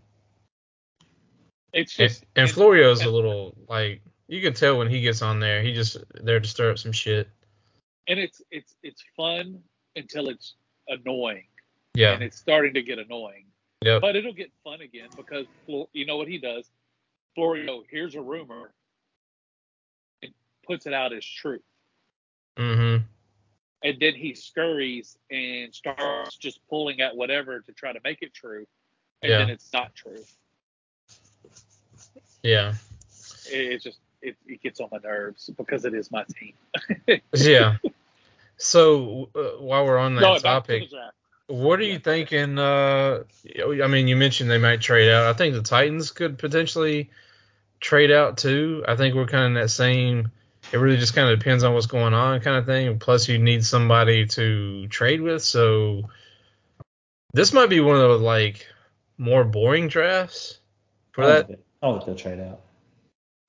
Speaker 2: It's
Speaker 1: And,
Speaker 2: just
Speaker 1: and Florio's a little like you can tell when he gets on there he just there to stir up some shit.
Speaker 2: and it's it's it's fun until it's annoying,
Speaker 1: Yeah.
Speaker 2: and it's starting to get annoying.
Speaker 1: Yep.
Speaker 2: But it'll get fun again because Flo- you know what he does. Florio here's a rumor and puts it out as true,
Speaker 1: Mm-hmm.
Speaker 2: and then he scurries and starts just pulling at whatever to try to make it true, and
Speaker 1: Yeah.
Speaker 2: then it's not true.
Speaker 1: Yeah.
Speaker 2: It, it's just it, it gets on my nerves because it is my team.
Speaker 1: Yeah. So uh, while we're on that
Speaker 2: No, back to the
Speaker 1: topic,
Speaker 2: draft.
Speaker 1: what are you thinking? Uh, I mean, you mentioned they might trade out. I think the Titans could potentially trade out too. I think we're kind of in that same. It really just kind of depends on what's going on, kind of thing. Plus, you need somebody to trade with. So this might be one of the like more boring drafts for
Speaker 2: Oh.
Speaker 3: I
Speaker 1: that
Speaker 3: don't think- I don't think they'll trade out.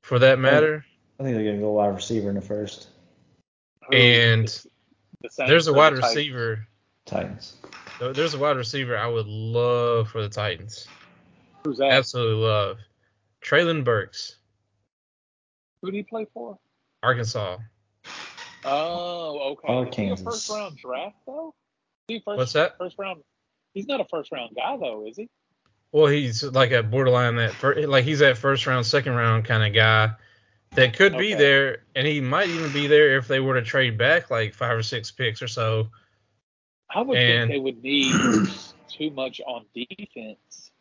Speaker 1: for that matter.
Speaker 3: I think they're gonna go wide receiver in the first.
Speaker 2: Who
Speaker 1: And
Speaker 2: is the Saints
Speaker 1: There's a
Speaker 2: or the
Speaker 1: wide
Speaker 2: Titans?
Speaker 1: receiver.
Speaker 3: Titans.
Speaker 1: There- There's a wide receiver I would love for the Titans.
Speaker 2: Who's that?
Speaker 1: Absolutely love. Traylon Burks,
Speaker 2: Who do you play for?
Speaker 1: Arkansas.
Speaker 2: Oh, okay.
Speaker 3: Oh,
Speaker 2: Is he a
Speaker 3: Kansas.
Speaker 2: first round draft though? Is he first,
Speaker 1: What's that?
Speaker 2: First round. He's not a first round guy though, is he?
Speaker 1: Well, he's like a borderline that fir- like he's that first round, second round kind of guy that could be
Speaker 2: Okay.
Speaker 1: there, and he might even be there if they were to trade back like five or six picks or so.
Speaker 2: I would
Speaker 1: And-
Speaker 2: think they would need too much on defense.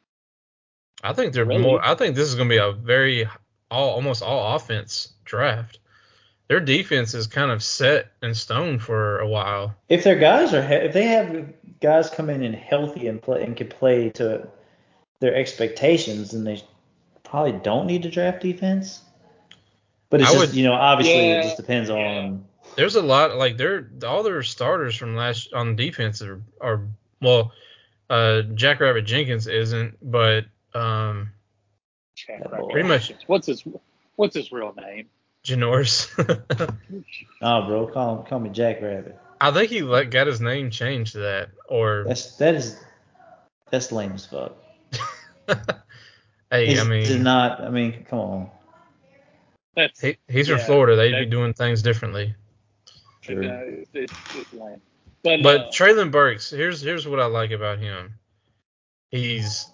Speaker 1: I think they're
Speaker 2: Really?
Speaker 1: more. I think this is going to be a very all almost all offense draft. Their defense is kind of set in stone for a while.
Speaker 3: If their guys are, he- if they have guys come in and healthy and play and can play to their expectations, then they probably don't need to draft defense. But it's
Speaker 1: I
Speaker 3: just,
Speaker 1: would-
Speaker 3: you know, obviously
Speaker 2: Yeah,
Speaker 3: it just depends
Speaker 2: yeah.
Speaker 3: on.
Speaker 1: There's a lot like their all their starters from last on defense are, are well, uh, Jackrabbit Jenkins isn't, but um,
Speaker 2: Check
Speaker 3: That
Speaker 2: right
Speaker 3: boy.
Speaker 1: Pretty much.
Speaker 2: What's his What's his real name?
Speaker 1: Janoris.
Speaker 3: Oh, bro, call call me Jack Rabbit.
Speaker 1: I think he like got his name changed to that, or
Speaker 3: That's that is that's lame as fuck.
Speaker 1: hey,
Speaker 3: It's
Speaker 1: I
Speaker 3: it's
Speaker 1: mean,
Speaker 3: not. I mean, come on.
Speaker 2: That's
Speaker 1: he, he's from
Speaker 2: Yeah,
Speaker 1: Florida. They'd be
Speaker 2: that-
Speaker 1: doing things differently.
Speaker 2: uh,
Speaker 3: True.
Speaker 2: it's, it's, it's lame. But,
Speaker 1: But
Speaker 2: uh,
Speaker 1: Traylon Burks, here's here's what I like about him. He's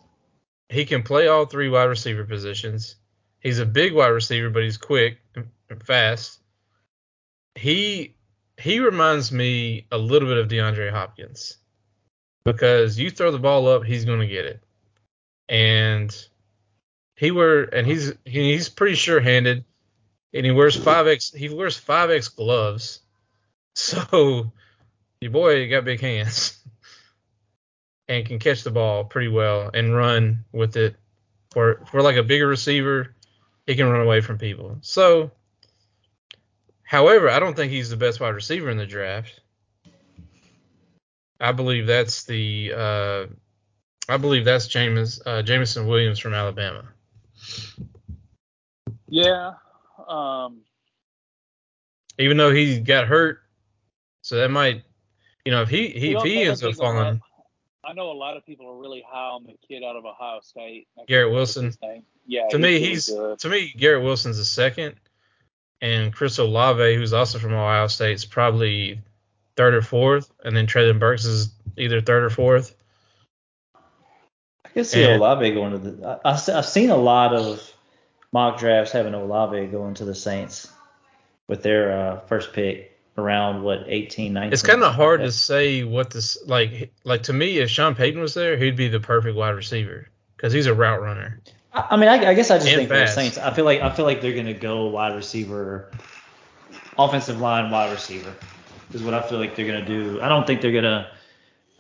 Speaker 1: he can play all three wide receiver positions. He's a big wide receiver, but he's quick and fast. He he reminds me a little bit of DeAndre Hopkins because you throw the ball up, he's going to get it. And he were and he's he's pretty sure-handed and he wears 5x he wears 5x gloves. So your boy got big hands and can catch the ball pretty well and run with it. For for like a bigger receiver, he can run away from people. So, however, I don't think he's the best wide receiver in the draft. I believe that's the uh, I believe that's James uh, Jameson Williams from Alabama.
Speaker 2: yeah, um,
Speaker 1: Even though he got hurt, so that might you know if he, he if
Speaker 2: Well,
Speaker 1: he
Speaker 2: I
Speaker 1: ends up
Speaker 2: think a lot-
Speaker 1: falling,
Speaker 2: I know a lot of people are really high on the kid out of Ohio State. I can't
Speaker 1: Garrett
Speaker 2: remember his
Speaker 1: Wilson.
Speaker 2: name. Yeah.
Speaker 1: to me,
Speaker 2: really
Speaker 1: he's
Speaker 2: good.
Speaker 1: to me Garrett Wilson's the second, and Chris Olave, who's also from Ohio State, is probably third or fourth, and then Traylon Burks is either third or fourth.
Speaker 3: I can see
Speaker 1: And-
Speaker 3: Olave going to the. I, I, have seen a lot of mock drafts having Olave going to the Saints with their uh, first pick around what 18, 19.
Speaker 1: It's kind of hard to say what this like like to me. If Sean Payton was there, he'd be the perfect wide receiver because he's a route runner.
Speaker 3: I, I mean, I, I guess I just
Speaker 1: And
Speaker 3: think for the
Speaker 1: fast.
Speaker 3: Saints. I feel like I feel like they're gonna go wide receiver, offensive line, wide receiver is what I feel like they're gonna do. I don't think they're gonna.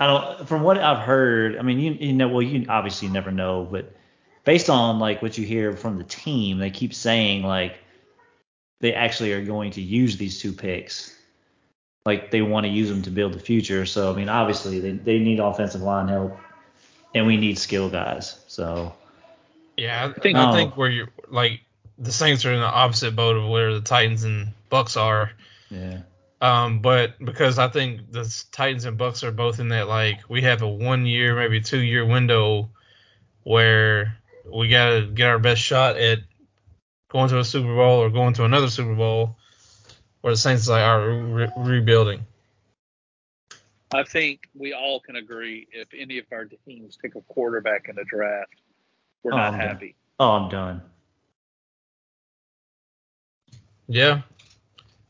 Speaker 3: I don't. From what I've heard, I mean, you you know, well, you obviously never know, but based on like what you hear from the team, they keep saying like they actually are going to use these two picks. Like they want to use them to build the future. So I mean, obviously they they need offensive line help, and we need skill guys. So
Speaker 1: Yeah, I,
Speaker 2: think-
Speaker 1: I
Speaker 3: No.
Speaker 1: think where you like the Saints are in the opposite boat of where the Titans and Bucks are.
Speaker 3: Yeah.
Speaker 1: Um, but because I think the s- Titans and Bucks are both in that like we have a one year, maybe two year window where we gotta get our best shot at going to a Super Bowl or going to another Super Bowl, where the Saints like are re- rebuilding.
Speaker 2: I think we all can agree if any of our teams pick a quarterback in the draft, we're not
Speaker 3: Oh, yeah.
Speaker 2: happy.
Speaker 3: Oh, I'm done.
Speaker 1: Yeah,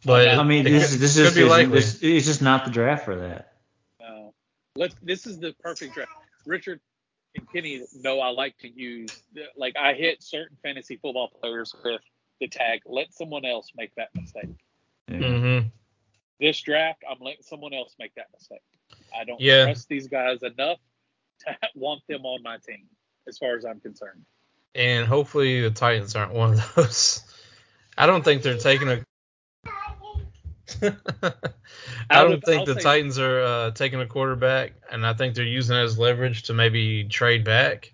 Speaker 1: but
Speaker 2: Yeah,
Speaker 3: I mean,
Speaker 1: it
Speaker 3: this
Speaker 1: could-
Speaker 3: is this
Speaker 1: could
Speaker 3: is
Speaker 1: be likely.
Speaker 3: this, it's just not the draft for that.
Speaker 2: No. Let this is the perfect draft. Richard and Kenny know I like to use like I hit certain fantasy football players with the tag. Let someone else make that mistake.
Speaker 3: Yeah.
Speaker 1: Mhm.
Speaker 2: This draft, I'm letting someone else make that mistake. I don't
Speaker 1: Yeah.
Speaker 2: trust these guys enough to want them on my team, as far as I'm concerned.
Speaker 1: and hopefully the Titans aren't one of those. I don't think they're taking a. I
Speaker 2: Out
Speaker 1: don't
Speaker 2: of-
Speaker 1: think
Speaker 2: I'll
Speaker 1: the
Speaker 2: say-
Speaker 1: Titans are uh, taking a quarterback, and I think they're using it as leverage to maybe trade back.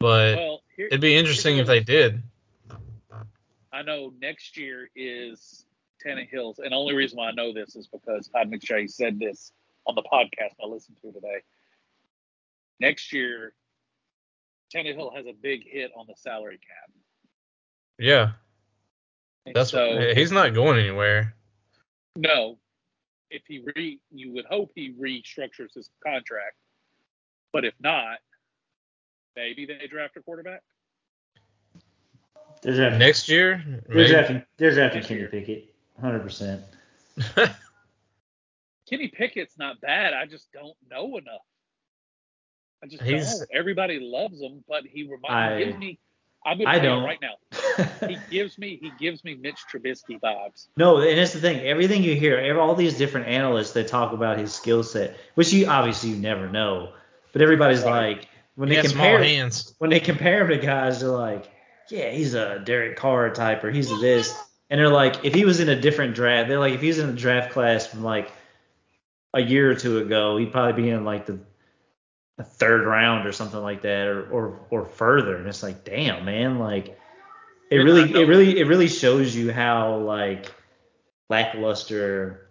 Speaker 1: But
Speaker 2: Well, here,
Speaker 1: it'd be interesting if
Speaker 2: here's
Speaker 1: they did.
Speaker 2: I know next year is Tannehill's, and the only reason why I know this is because Todd McShay said this on the podcast I listened to today. Next year, Tannehill has a big hit on the salary cap.
Speaker 1: Yeah,
Speaker 2: And
Speaker 1: that's
Speaker 2: so.
Speaker 1: he's not going anywhere.
Speaker 2: No, if he re, you would hope he restructures his contract, but if not, maybe they draft a quarterback.
Speaker 3: They're drafting.
Speaker 1: Next year,
Speaker 3: They're
Speaker 1: maybe.
Speaker 3: drafting. They're drafting Kenny Pickett. 100. percent
Speaker 2: Kenny Pickett's not bad. I just don't know enough. I just
Speaker 1: He's-
Speaker 2: don't. Everybody loves him, but he
Speaker 3: I-
Speaker 2: reminds he gives me. I'm gonna
Speaker 3: I
Speaker 2: tell you
Speaker 3: don't.
Speaker 2: right now. He gives me he gives me Mitch Trubisky vibes.
Speaker 3: No, and that's the thing. Everything you hear, ev- all these different analysts that talk about his skill set, which you obviously you never know, but everybody's
Speaker 2: Right.
Speaker 3: like when
Speaker 1: he
Speaker 3: they
Speaker 1: had small
Speaker 3: compare
Speaker 1: hands.
Speaker 3: when they compare him to guys, they're like, yeah, he's a Derek Carr type or he's a this, and they're like, if he was in a different draft, they're like, if he was in a draft class from like a year or two ago, he'd probably be in like the a third round or something like that or or or further, and it's like, damn, man, like it
Speaker 2: You're
Speaker 3: really
Speaker 2: not
Speaker 3: it really it really shows you how like lackluster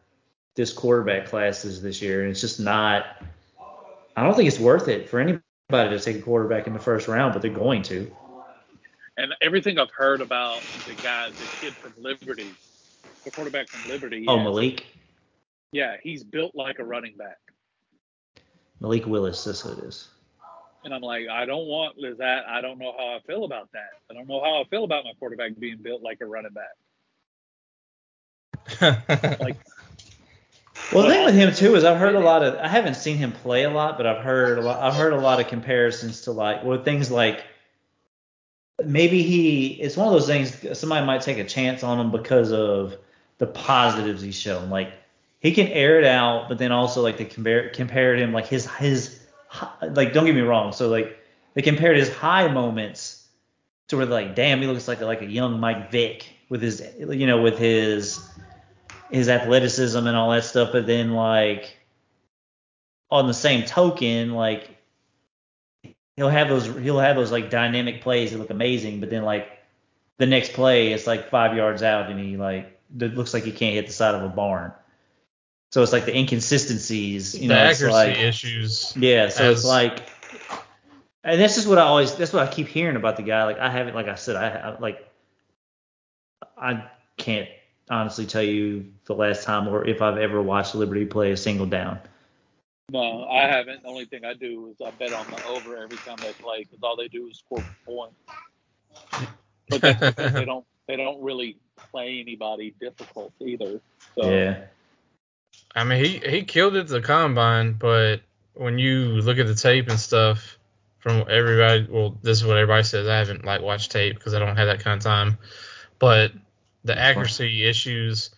Speaker 3: this quarterback class is this year and it's just not I don't think it's worth it for anybody to take a quarterback in the first round but they're going to
Speaker 2: And everything I've heard about the guy, the kid from Liberty, the quarterback from Liberty.
Speaker 3: oh
Speaker 2: yeah,
Speaker 3: Malik
Speaker 2: yeah, he's built like a running back.
Speaker 3: Malik Willis that's who it is
Speaker 2: And I'm like, I don't want that. I don't know how I feel about that. I don't know how I feel about my quarterback being built like a running back. Like,
Speaker 3: well the thing with him too is I've heard a lot of I haven't seen him play a lot but I've heard a lot I've heard a lot of comparisons to like well things like maybe he it's one of those things somebody might take a chance on him because of the positives he's shown like he can air it out but then also like they compare compared him like his his hi- like don't get me wrong so like they compared his high moments to where like damn he looks like a, like a young Mike Vick with his you know with his his athleticism and all that stuff but then like on the same token like he'll have those he'll have those like dynamic plays that look amazing, but then like the next play it's like five yards out and he like it looks like he can't hit the side of a barn. So it's like the inconsistencies, you know,
Speaker 1: the
Speaker 3: it's
Speaker 1: accuracy
Speaker 3: like
Speaker 1: issues.
Speaker 3: yeah, so
Speaker 1: as-
Speaker 3: it's like and that's just what I always that's what I keep hearing about the guy. Like I haven't like I said I, I like I can't honestly tell you the last time or if I've ever watched Liberty play a single down.
Speaker 2: no, I haven't. The only thing I do is I bet on the over every time they play because all they do is score points. But that's because they don't they don't really play anybody difficult either. So
Speaker 3: Yeah.
Speaker 1: I mean, he he killed it at the combine, but when you look at the tape and stuff from everybody, well, this is what everybody says. I haven't like watched tape because I don't have that kind of time, but the accuracy issues,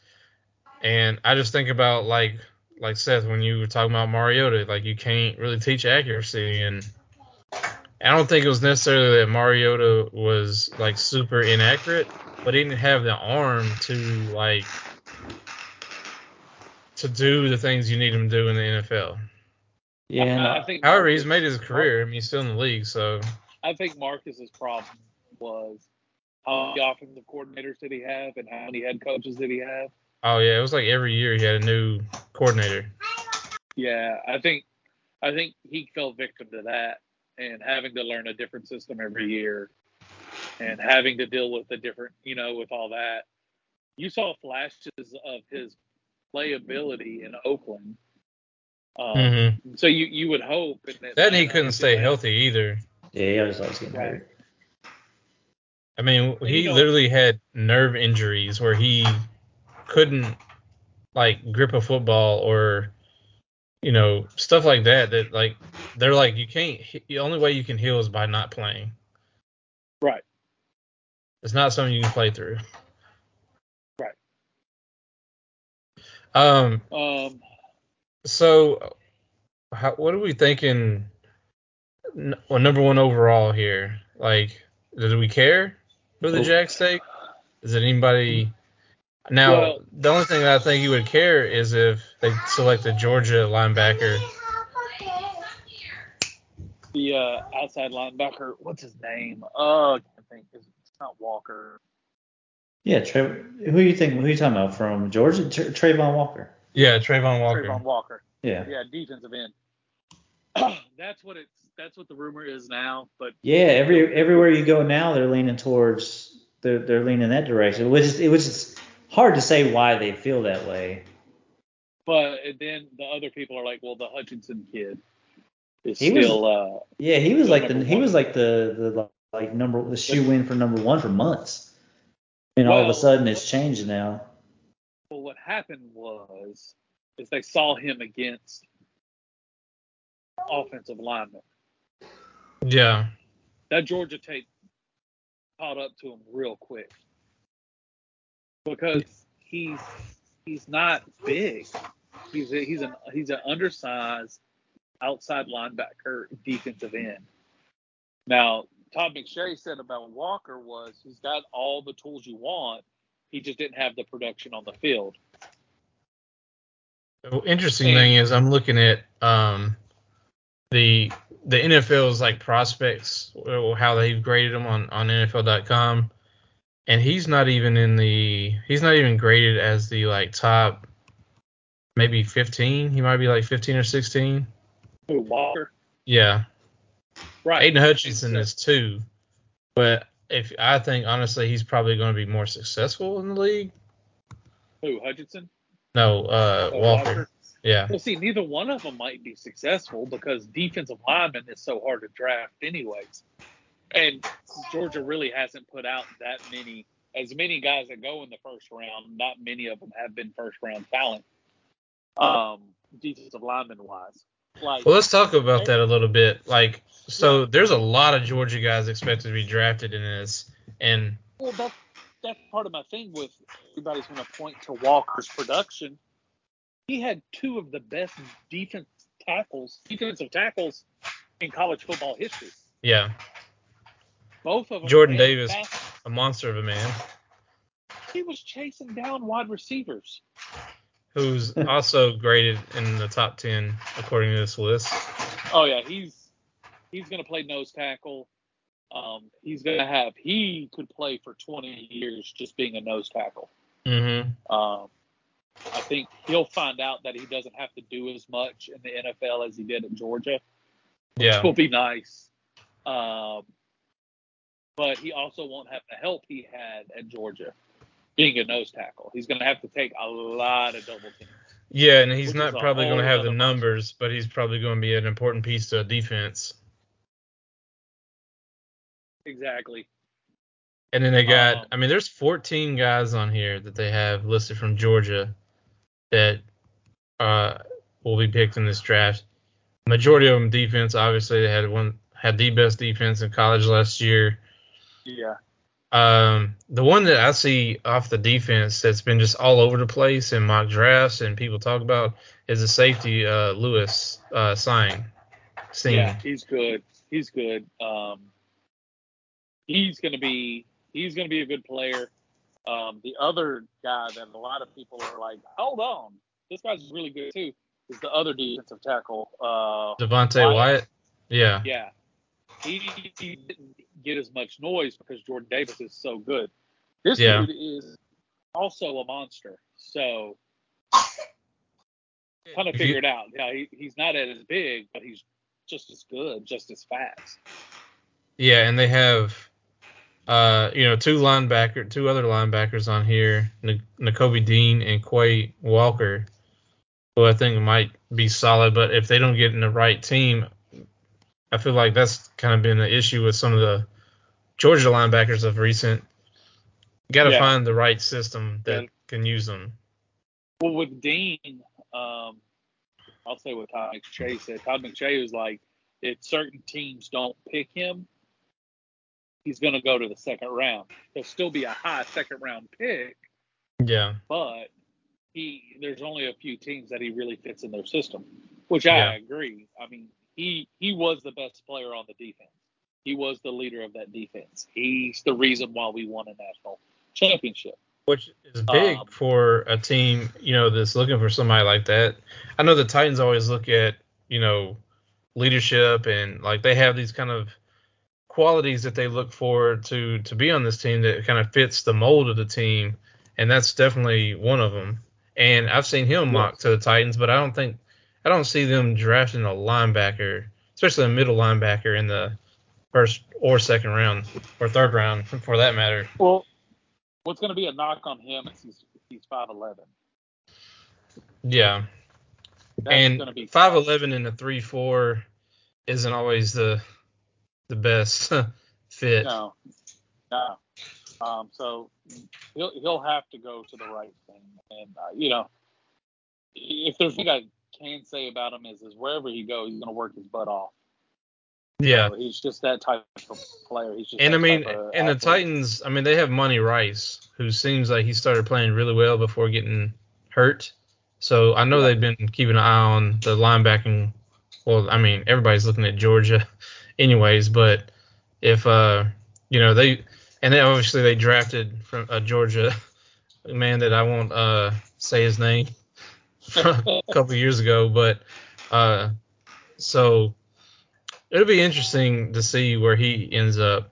Speaker 1: and I just think about like like Seth when you were talking about Mariota, like you can't really teach accuracy, and I don't think it was necessarily that Mariota was like super inaccurate, but he didn't have the arm to like to do the things you need him to do in the NFL.
Speaker 3: Yeah. and I-
Speaker 2: I, I think
Speaker 1: However, he's made his career. I mean, he's still in the league, so
Speaker 2: I think Marcus's problem was how many offensive coordinators did he have and how many head coaches did he have?
Speaker 1: Oh yeah, it was like every year he had a new coordinator.
Speaker 2: Yeah, I think I think he fell victim to that and having to learn a different system every year and having to deal with the different, you know, with all that. You saw flashes of his playability in Oakland. Um,
Speaker 1: Mhm.
Speaker 2: So you you would hope in
Speaker 1: That and he
Speaker 2: Atlanta
Speaker 1: couldn't
Speaker 2: he'd
Speaker 1: stay
Speaker 2: do that.
Speaker 1: healthy either.
Speaker 3: Yeah, he always likes getting
Speaker 2: Right.
Speaker 3: hurt.
Speaker 1: I mean,
Speaker 2: And you
Speaker 1: he
Speaker 2: don't-
Speaker 1: literally had nerve injuries where he couldn't like grip a football or you know stuff like that. That like they're like you can't. he- The only way you can heal is by not playing.
Speaker 2: Right.
Speaker 1: It's not something you can play through.
Speaker 2: Right.
Speaker 1: Um.
Speaker 2: Um,
Speaker 1: So, how, what are we thinking? n- Well, number one overall here. Like, do we care who the
Speaker 3: Oh.
Speaker 1: Jacks take? Is it anybody? Now,
Speaker 2: Well-
Speaker 1: the only thing that I think you would care is if they select a Georgia linebacker.
Speaker 2: the uh, outside linebacker, what's his name? Uh, I can't think it's not Walker.
Speaker 3: Yeah, Trevor. Who you think? Who you talking about from Georgia? Tr- Trayvon Walker.
Speaker 1: Yeah, Trayvon Walker.
Speaker 2: Trayvon Walker.
Speaker 3: Yeah.
Speaker 2: Yeah, defensive end. that's what it's. That's what the rumor is now. But
Speaker 3: Yeah. Every everywhere you go now, they're leaning towards. They're they're leaning that direction, which is it was just hard to say why they feel that way.
Speaker 2: but then the other people are like, well, the Hutchinson kid is
Speaker 3: He was-
Speaker 2: still. uh,
Speaker 3: Yeah, he was
Speaker 2: Still
Speaker 3: like the
Speaker 2: number
Speaker 3: he was
Speaker 2: one.
Speaker 3: like the the like number the shoe in for number one for months, and all of a
Speaker 2: Well-
Speaker 3: sudden it's changed now.
Speaker 2: well, what happened was is they saw him against offensive linemen.
Speaker 1: Yeah.
Speaker 2: that Georgia tape caught up to him real quick because he's he's not big. He's a, he's an he's an undersized outside linebacker defensive end. Now, Todd McShay said about Walker was he's got all the tools you want. He just didn't have the production on the field.
Speaker 1: The interesting
Speaker 2: And-
Speaker 1: thing is I'm looking at um the the NFL's like prospects or how they've graded them on on NFL.com, and he's not even in the he's not even graded as the like top maybe 15. He might be like 15 or 16.
Speaker 2: Who, Walker,
Speaker 1: Yeah,
Speaker 2: right?
Speaker 1: Aiden Hutchinson is two, but if I think honestly he's probably going to be more successful in the league.
Speaker 2: Who Hutchinson?
Speaker 1: No, uh,
Speaker 2: Uh,
Speaker 1: Walker. Yeah.
Speaker 2: Well, see, neither one of them might be successful because defensive lineman is so hard to draft, anyways. And Georgia really hasn't put out that many, as many guys that go in the first round. Not many of them have been first round talent, um, defensive lineman wise. Like,
Speaker 1: Well, let's talk about that a little bit. Like, so there's a lot of Georgia guys expected to be drafted in this, and
Speaker 2: well, that's that's part of my thing with everybody's going to point to Walker's production. He had two of the best defense tackles, defensive tackles in college football history.
Speaker 1: yeah,
Speaker 2: Both of them.
Speaker 1: Jordan
Speaker 2: ran
Speaker 1: Davis.
Speaker 2: fast
Speaker 1: a monster of a man
Speaker 2: he was chasing down wide receivers.
Speaker 1: who's also graded in the top ten according to this list.
Speaker 2: Oh yeah, he's he's gonna play nose tackle. Um, he's gonna have he could play for 20 years just being a nose tackle.
Speaker 1: Mm-hmm.
Speaker 2: Um, I think he'll find out that he doesn't have to do as much in the NFL as he did at Georgia.
Speaker 1: Yeah,
Speaker 2: Which will be nice. Um, but he also won't have the help he had at Georgia, being a nose tackle. He's gonna have to take a lot of double teams.
Speaker 1: yeah, and he's
Speaker 2: Which
Speaker 1: not
Speaker 2: is a
Speaker 1: probably going to
Speaker 2: whole
Speaker 1: have the
Speaker 2: other-
Speaker 1: numbers, but he's probably going to be an important piece to a defense.
Speaker 2: Exactly.
Speaker 1: And then they got,
Speaker 2: Um,
Speaker 1: I mean, there's 14 guys on here that they have listed from Georgia that uh, will be picked in this draft. Majority of them defense. Obviously, they had one had the best defense in college last year.
Speaker 2: Yeah.
Speaker 1: Um, the one that I see off the defense that's been just all over the place in mock drafts and people talk about is the safety uh, Lewis uh, sign. Singh.
Speaker 2: Yeah, he's good. He's good. Um, he's gonna be he's gonna be a good player. Um, the other guy that a lot of people are like, hold on, this guy's really good too, is the other defensive tackle. Uh,
Speaker 1: Devontae
Speaker 2: Wyatt.
Speaker 1: Wyatt. Yeah.
Speaker 2: yeah, he didn't get as much noise because Jordan Davis is so good. This
Speaker 1: Yeah.
Speaker 2: dude is also a monster. So kind of
Speaker 1: If you-
Speaker 2: figured out. Yeah, he, he's not as big, but he's just as good, just as fast.
Speaker 1: Yeah, and they have, uh, you know, two linebacker, two other linebackers on here, N- N'Kobe Dean and Quay Walker, who I think might be solid. But if they don't get in the right team, I feel like that's kind of been the issue with some of the Georgia linebackers of recent. Got to
Speaker 2: Yeah.
Speaker 1: find the right system that
Speaker 2: Yeah.
Speaker 1: can use them.
Speaker 2: Well, with Dean, um, I'll say what Todd McShay said. Todd McShay was like, if certain teams don't pick him, he's going to go to the second round. He'll still be a high second round pick,
Speaker 1: Yeah,
Speaker 2: but he there's only a few teams that he really fits in their system, which I
Speaker 1: Yeah.
Speaker 2: agree. I mean, he he was the best player on the defense. He was the leader of that defense. He's the reason why we won a national championship.
Speaker 1: which is big
Speaker 2: Um,
Speaker 1: for a team, you know, that's looking for somebody like that. I know the Titans always look at, you know, leadership and like they have these kind of qualities that they look for to to be on this team that kind of fits the mold of the team, and that's definitely one of them. And I've seen him mock to the Titans, but I don't think I don't see them drafting a linebacker, especially a middle linebacker in the first or second round or third round for that matter.
Speaker 2: Well, what's going to be a knock on him is he's he's five eleven.
Speaker 1: Yeah.
Speaker 2: That's going to be
Speaker 1: and five eleven and a three four isn't always the the best fit.
Speaker 2: No, no. Um, so he'll he'll have to go to the right thing, and uh, you know, if there's what I can say about him is is wherever he goes, he's going to work his butt off.
Speaker 1: Yeah,
Speaker 2: So he's just that type of player. He's just
Speaker 1: and I
Speaker 2: that
Speaker 1: mean,
Speaker 2: type of
Speaker 1: and the
Speaker 2: athlete.
Speaker 1: Titans, I mean, they have Money Rice, who seems like he started playing really well before getting hurt. So I know
Speaker 2: Yeah.
Speaker 1: they've been keeping an eye on the linebacking. Well, I mean, everybody's looking at Georgia, anyways. But if uh, you know, they and they obviously they drafted from a Georgia a man that I won't uh say his name a couple years ago, but uh, so it'll be interesting to see where he ends up.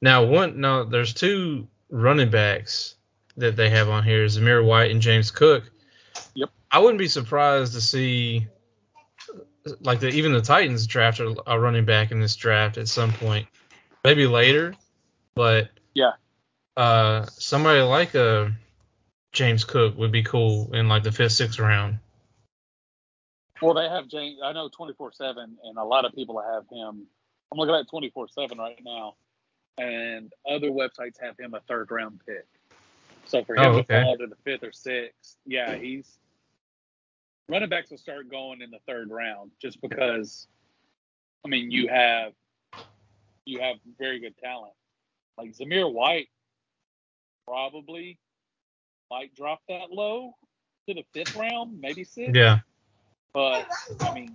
Speaker 1: Now, one now there's two running backs that they have on here, Zamir White and James Cook.
Speaker 2: Yep.
Speaker 1: I wouldn't be surprised to see like the, even the Titans draft a, a running back in this draft at some point, maybe later, but
Speaker 2: Yeah.
Speaker 1: uh, somebody like a James Cook would be cool in like the fifth, sixth round.
Speaker 2: Well, they have James. I know twenty four seven, and a lot of people have him. I'm looking at twenty four seven right now, and other websites have him a third round pick. So for him
Speaker 1: Oh,
Speaker 2: to
Speaker 1: okay.
Speaker 2: fall to the fifth or sixth, yeah, he's running backs will start going in the third round just because. I mean, you have you have very good talent. Like Zamir White, probably might drop that low to the fifth round, maybe sixth.
Speaker 1: Yeah.
Speaker 2: But I mean,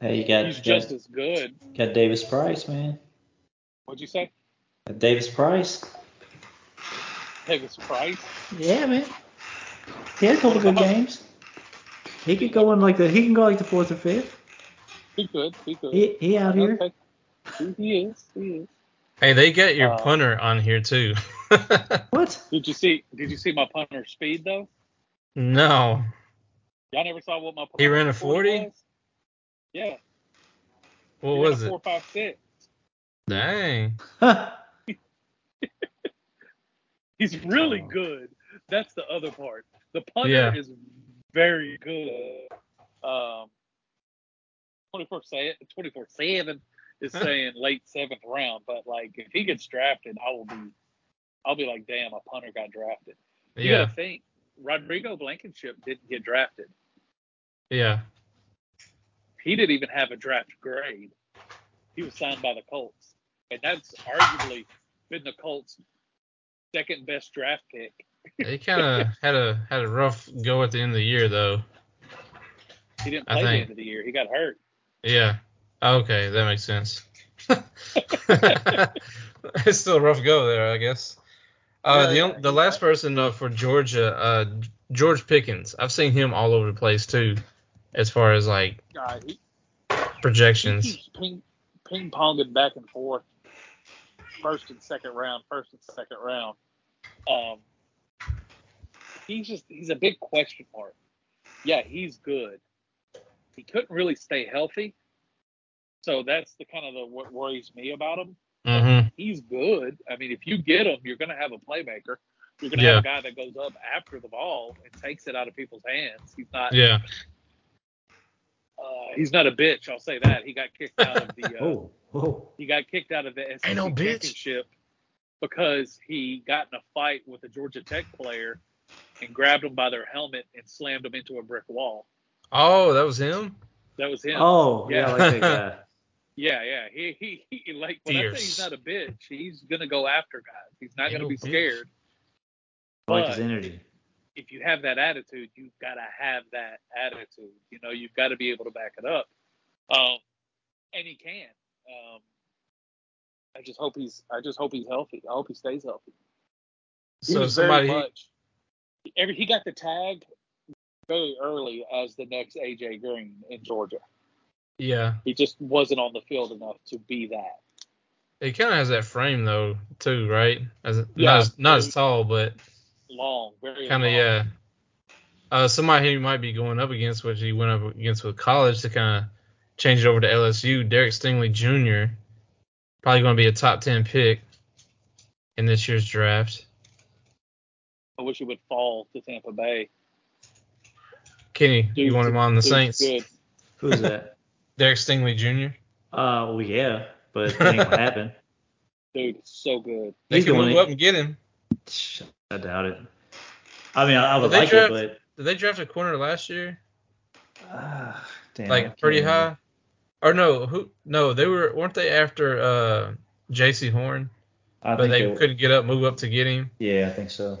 Speaker 3: Hey, you got
Speaker 2: he's
Speaker 3: got,
Speaker 2: just as good.
Speaker 3: got Davis Price, man.
Speaker 2: What'd you say?
Speaker 3: Got Davis Price.
Speaker 2: Davis Price.
Speaker 3: Yeah, man. He had a couple good games. He could go in like the he can go like the fourth or fifth.
Speaker 2: He could. He could.
Speaker 3: He he out here.
Speaker 2: Okay. He, he is. He is.
Speaker 1: Hey, they got your
Speaker 2: Uh,
Speaker 1: punter on here too.
Speaker 3: What?
Speaker 2: Did you see? Did you see my punter speed though?
Speaker 1: no.
Speaker 2: Y'all never saw what my punter
Speaker 1: He ran a
Speaker 2: forty
Speaker 1: 40?
Speaker 2: was? Yeah.
Speaker 1: What
Speaker 2: he
Speaker 1: was
Speaker 2: ran a
Speaker 1: it?
Speaker 2: Four five six.
Speaker 1: Dang.
Speaker 3: Huh.
Speaker 2: He's really good. That's the other part. The punter
Speaker 1: Yeah.
Speaker 2: is very good. Um, 24 se- 24 7 is saying late seventh round, but like if he gets drafted, I will be, I'll be like, damn, a punter got drafted. You
Speaker 1: Yeah.
Speaker 2: gotta think, Rodrigo Blankenship didn't get drafted.
Speaker 1: Yeah.
Speaker 2: He didn't even have a draft grade. He was signed by the Colts, and that's arguably been the Colts' second best draft pick.
Speaker 1: They kind of had a had a rough go at the end of the year though.
Speaker 2: He didn't
Speaker 1: I
Speaker 2: play the
Speaker 1: think-
Speaker 2: end of the year. He got hurt.
Speaker 1: Yeah. Okay, that makes sense. it's still a rough go there, I guess. Uh, the
Speaker 2: Yeah,
Speaker 1: on-
Speaker 2: yeah,
Speaker 1: the
Speaker 2: he's
Speaker 1: last
Speaker 2: right.
Speaker 1: person uh, for Georgia, uh, George Pickens. I've seen him all over the place too, as far as like
Speaker 2: Uh, he,
Speaker 1: projections.
Speaker 2: He keeps ping, ping ponging back and forth, first and second round, first and second round. Um, he's just he's a big question mark. Yeah, he's good. He couldn't really stay healthy, so that's the kind of the what worries me about him.
Speaker 1: Mm-hmm.
Speaker 2: He's good. I mean, if you get him, you're gonna have a playmaker. You're gonna have a guy that goes up after the ball and takes it out of people's hands. He's not.
Speaker 1: Yeah.
Speaker 2: Uh, he's not a bitch. I'll say that. He got kicked out of the. Uh,
Speaker 3: Oh, oh.
Speaker 2: He got kicked out of the SEC
Speaker 1: Ain't no bitch.
Speaker 2: championship because he got in a fight with a Georgia Tech player and grabbed him by their helmet and slammed him into a brick wall.
Speaker 1: Oh, that was him.
Speaker 2: That was him.
Speaker 3: Oh,
Speaker 2: Yeah.
Speaker 3: yeah, I like that guy.
Speaker 2: Yeah, yeah. He, he, he like when I say
Speaker 1: Fierce.
Speaker 2: he's not a bitch, he's gonna go after guys. He's not
Speaker 1: Ain't
Speaker 2: gonna
Speaker 1: no
Speaker 2: be
Speaker 1: bitch.
Speaker 2: scared.
Speaker 3: I like his
Speaker 2: But-
Speaker 3: energy.
Speaker 2: if you have that attitude, you've got to have that attitude. You know, you've got to be able to back it up. Um, and he can. Um, I just hope he's. I just hope he's healthy. I hope he stays healthy. He
Speaker 1: So
Speaker 2: was very
Speaker 1: somebody.
Speaker 2: much- every, he got the tag very early as the next AJ Green in Georgia.
Speaker 1: Yeah.
Speaker 2: He just wasn't on the field enough to be that.
Speaker 1: He kind of has that frame though, too, right? As,
Speaker 2: Yeah.
Speaker 1: Not as not as tall, but
Speaker 2: Long, very
Speaker 1: kind of
Speaker 2: long.
Speaker 1: yeah. Uh, somebody he might be going up against, which he went up against with college to kind of change it over to LSU. Derek Stingley Jr. probably going to be a top ten pick in this year's draft.
Speaker 2: I wish he would fall to Tampa Bay.
Speaker 1: Kenny, you
Speaker 2: Dude's-
Speaker 1: want him on the
Speaker 2: dude's
Speaker 1: Saints?
Speaker 2: Good.
Speaker 3: Who's that?
Speaker 1: Derek Stingley Jr.
Speaker 3: uh, well, yeah, but it ain't gonna happen.
Speaker 2: Dude, so good.
Speaker 1: They
Speaker 3: He's
Speaker 1: can
Speaker 3: the
Speaker 1: move
Speaker 3: one-
Speaker 1: up and get him.
Speaker 3: Shh, I doubt it. I mean, I, I would
Speaker 1: They
Speaker 3: like
Speaker 1: draft-
Speaker 3: it,
Speaker 1: Did they draft a corner last year?
Speaker 3: but uh, damn, I
Speaker 1: like pretty
Speaker 3: can't
Speaker 1: high. Or no, who? No, they were weren't they after uh, J.C. Horn?
Speaker 3: I
Speaker 1: but
Speaker 3: think
Speaker 1: they
Speaker 3: they-
Speaker 1: couldn't get up, move up to get him.
Speaker 3: Yeah, I think so.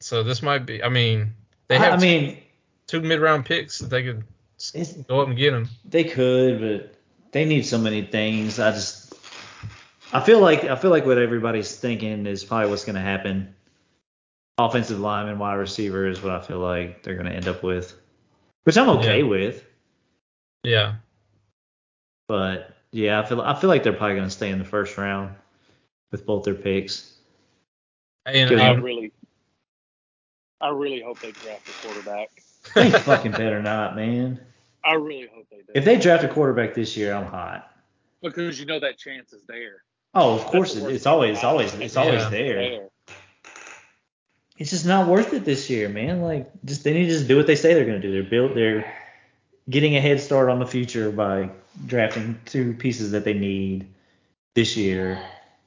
Speaker 1: So this might be. I mean, they
Speaker 3: I,
Speaker 1: have
Speaker 3: I mean,
Speaker 1: two mid-round picks that they could
Speaker 3: it's,
Speaker 1: go up and get him.
Speaker 3: they could, but they need so many things. I just, I feel like, I feel like what everybody's thinking is probably what's gonna happen. Offensive lineman, wide receiver is what I feel like they're gonna end up with, which I'm okay
Speaker 1: Yeah.
Speaker 3: with.
Speaker 1: Yeah,
Speaker 3: But yeah, I feel, I feel like they're probably gonna stay in the first round with both their picks.
Speaker 1: and
Speaker 3: Good.
Speaker 2: I
Speaker 1: I,
Speaker 2: really, I really hope they draft a quarterback.
Speaker 3: They fucking better not, man.
Speaker 2: I really hope they do.
Speaker 3: If they draft a quarterback this year, I'm hot.
Speaker 2: because you know that chance is there.
Speaker 3: Oh, of
Speaker 2: That's
Speaker 3: course,
Speaker 2: the
Speaker 3: it,
Speaker 2: worst
Speaker 3: it's
Speaker 2: thing
Speaker 3: always, it's
Speaker 2: about
Speaker 3: always,
Speaker 2: it.
Speaker 3: it's
Speaker 1: Yeah.
Speaker 3: always
Speaker 1: It's
Speaker 3: there.
Speaker 2: There.
Speaker 3: It's just not worth it this year, man. Like, just they need to just do what they say they're gonna do. They're built, they're getting a head start on the future by drafting two pieces that they need this year.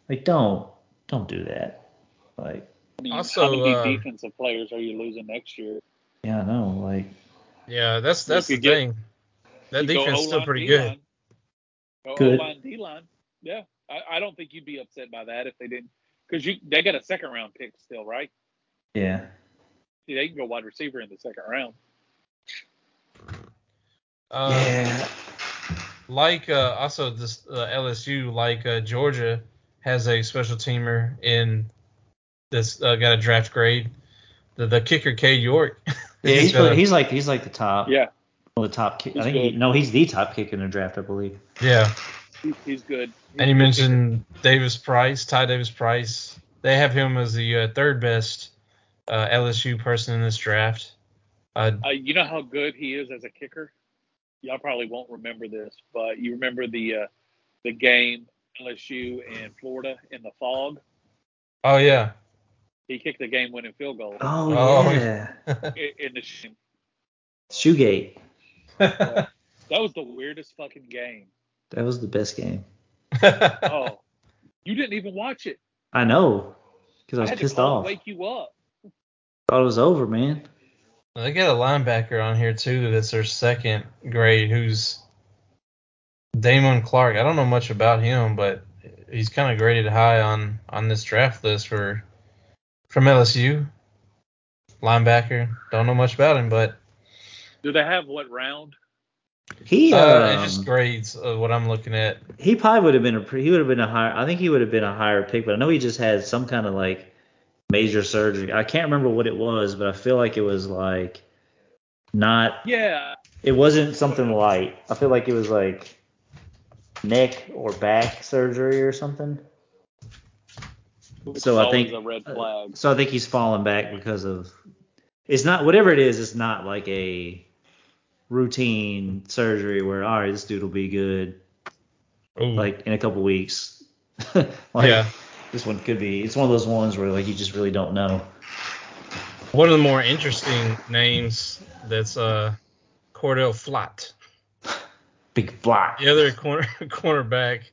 Speaker 3: Like, don't, don't do that. Like,
Speaker 2: I mean,
Speaker 1: Also,
Speaker 2: how many
Speaker 1: uh,
Speaker 2: defensive players are you losing next year?
Speaker 3: yeah, I know. Like,
Speaker 1: yeah, that's that's
Speaker 2: You
Speaker 1: the
Speaker 2: could get-
Speaker 1: thing. That
Speaker 2: You go
Speaker 1: defense is still
Speaker 2: O-line,
Speaker 1: pretty
Speaker 2: D-line.
Speaker 1: good.
Speaker 2: Go
Speaker 3: Good.
Speaker 2: O-line, D-line. Yeah, I, I don't think you'd be upset by that if they didn't, because you they got a second round pick still, right?
Speaker 3: yeah,
Speaker 2: See, They can go wide receiver in the second round.
Speaker 1: Um,
Speaker 3: yeah.
Speaker 1: Like uh, also this uh, LSU, like uh, Georgia has a special teamer in this uh, got a draft grade. The, the kicker K York.
Speaker 3: Yeah,
Speaker 1: He's
Speaker 3: he's,
Speaker 1: got a-
Speaker 3: he's like, he's like the top.
Speaker 2: Yeah,
Speaker 3: Well, the top kick.
Speaker 2: He's
Speaker 3: I think he,
Speaker 2: good.
Speaker 3: no, he's the top kick in the draft, I believe.
Speaker 1: yeah.
Speaker 2: he, he's good.
Speaker 1: And you mentioned Davis Price, Ty Davis Price. They have him as the uh, third best uh, LSU person in this draft. Uh,
Speaker 2: Uh, you know how good he is as a kicker. Y'all probably won't remember this, but you remember the uh, the game LSU and Florida in the fog.
Speaker 1: oh yeah,
Speaker 2: He kicked the game-winning field goal
Speaker 3: Oh,
Speaker 1: Oh.
Speaker 3: yeah.
Speaker 2: i- in the. sh-
Speaker 3: Shoegate.
Speaker 2: That was the weirdest fucking game.
Speaker 3: That was the best game.
Speaker 2: Oh, you didn't even watch it.
Speaker 3: I know, because I
Speaker 2: I
Speaker 3: was
Speaker 2: had to
Speaker 3: pissed
Speaker 2: call
Speaker 3: off.
Speaker 2: to wake you up.
Speaker 3: Thought it was over, man.
Speaker 1: they got a linebacker on here too. That's their second grade. Who's Damon Clark? I don't know much about him, but he's kind of graded high on on this draft list for from LSU. Linebacker. Don't know much about him, but uh,
Speaker 2: Do they have what round?
Speaker 3: He
Speaker 1: uh,
Speaker 3: um,
Speaker 1: it's just grades of what I'm looking at.
Speaker 3: he probably would have been a pre- he would have been a higher. I think he would have been a higher pick, but I know he just had some kind of like major surgery. I can't remember what it was, but I feel like it was like not.
Speaker 2: Yeah,
Speaker 3: It wasn't something light. I feel like it was like neck or back surgery or something.
Speaker 2: Which
Speaker 3: So
Speaker 2: is
Speaker 3: I think- uh,
Speaker 2: always a red flag.
Speaker 3: So I think he's fallen back because of it's not whatever it is. It's not like a routine surgery where all right, this dude will be good
Speaker 1: Ooh,
Speaker 3: like in a couple weeks. like,
Speaker 1: yeah.
Speaker 3: This one could be. It's one of those ones where like you just really don't know.
Speaker 1: One of the more interesting names that's uh Cordell Flott.
Speaker 3: Big block.
Speaker 1: The other corner cornerback.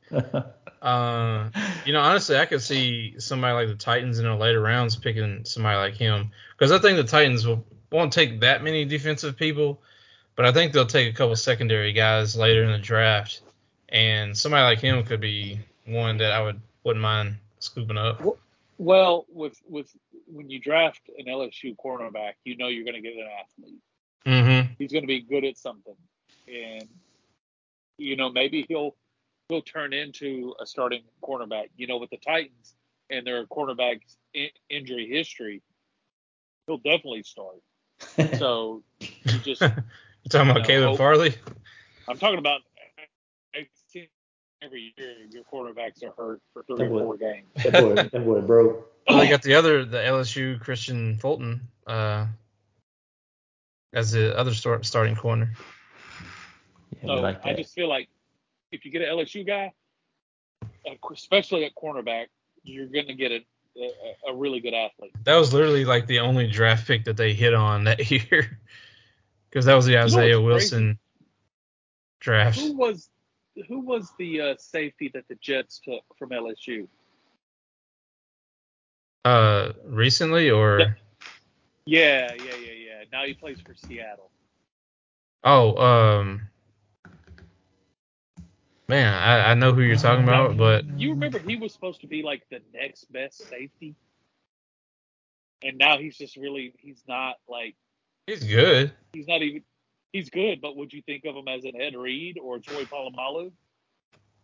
Speaker 1: Uh, you know, honestly, I could see somebody like the Titans in the later rounds picking somebody like him because I think the Titans will, won't take that many defensive people, but I think they'll take a couple secondary guys later in the draft, and somebody like him could be one that I would wouldn't mind scooping up.
Speaker 2: Well, with with when you draft an LSU cornerback, you know you're going to get an athlete.
Speaker 1: Mm-hmm.
Speaker 2: He's going to be good at something, and you know maybe he'll he'll turn into a starting cornerback. You know, with the Titans and their cornerback in- injury history, he'll definitely start. So you just
Speaker 1: You talking about
Speaker 2: No,
Speaker 1: Caleb
Speaker 2: hope-
Speaker 1: Farley?
Speaker 2: I'm talking about I've seen every year your quarterbacks are hurt for three or
Speaker 3: Double.
Speaker 2: four games.
Speaker 3: that boy, that boy broke.
Speaker 1: Well, they got the other, the LSU Christian Fulton, uh, as the other start, starting corner.
Speaker 3: Yeah, we
Speaker 2: So
Speaker 3: like
Speaker 2: Oh, I
Speaker 3: that.
Speaker 2: just feel like if you get an LSU guy, uh, especially at cornerback, you're going to get a, a, a really good athlete.
Speaker 1: That was literally like the only draft pick that they hit on that year, because that was the
Speaker 2: what's
Speaker 1: Isaiah
Speaker 2: crazy?
Speaker 1: Wilson draft.
Speaker 2: Who was who was the uh, safety that the Jets took from LSU?
Speaker 1: Uh, recently or
Speaker 2: Yeah, yeah, yeah, yeah. Now he plays for Seattle.
Speaker 1: oh, um, man, I, I know who you're talking about, but
Speaker 2: You remember he was supposed to be like the next best safety, and now he's just really he's not like.
Speaker 1: he's good.
Speaker 2: he's not even he's good, but would you think of him as an Ed Reed or Troy Polamalu?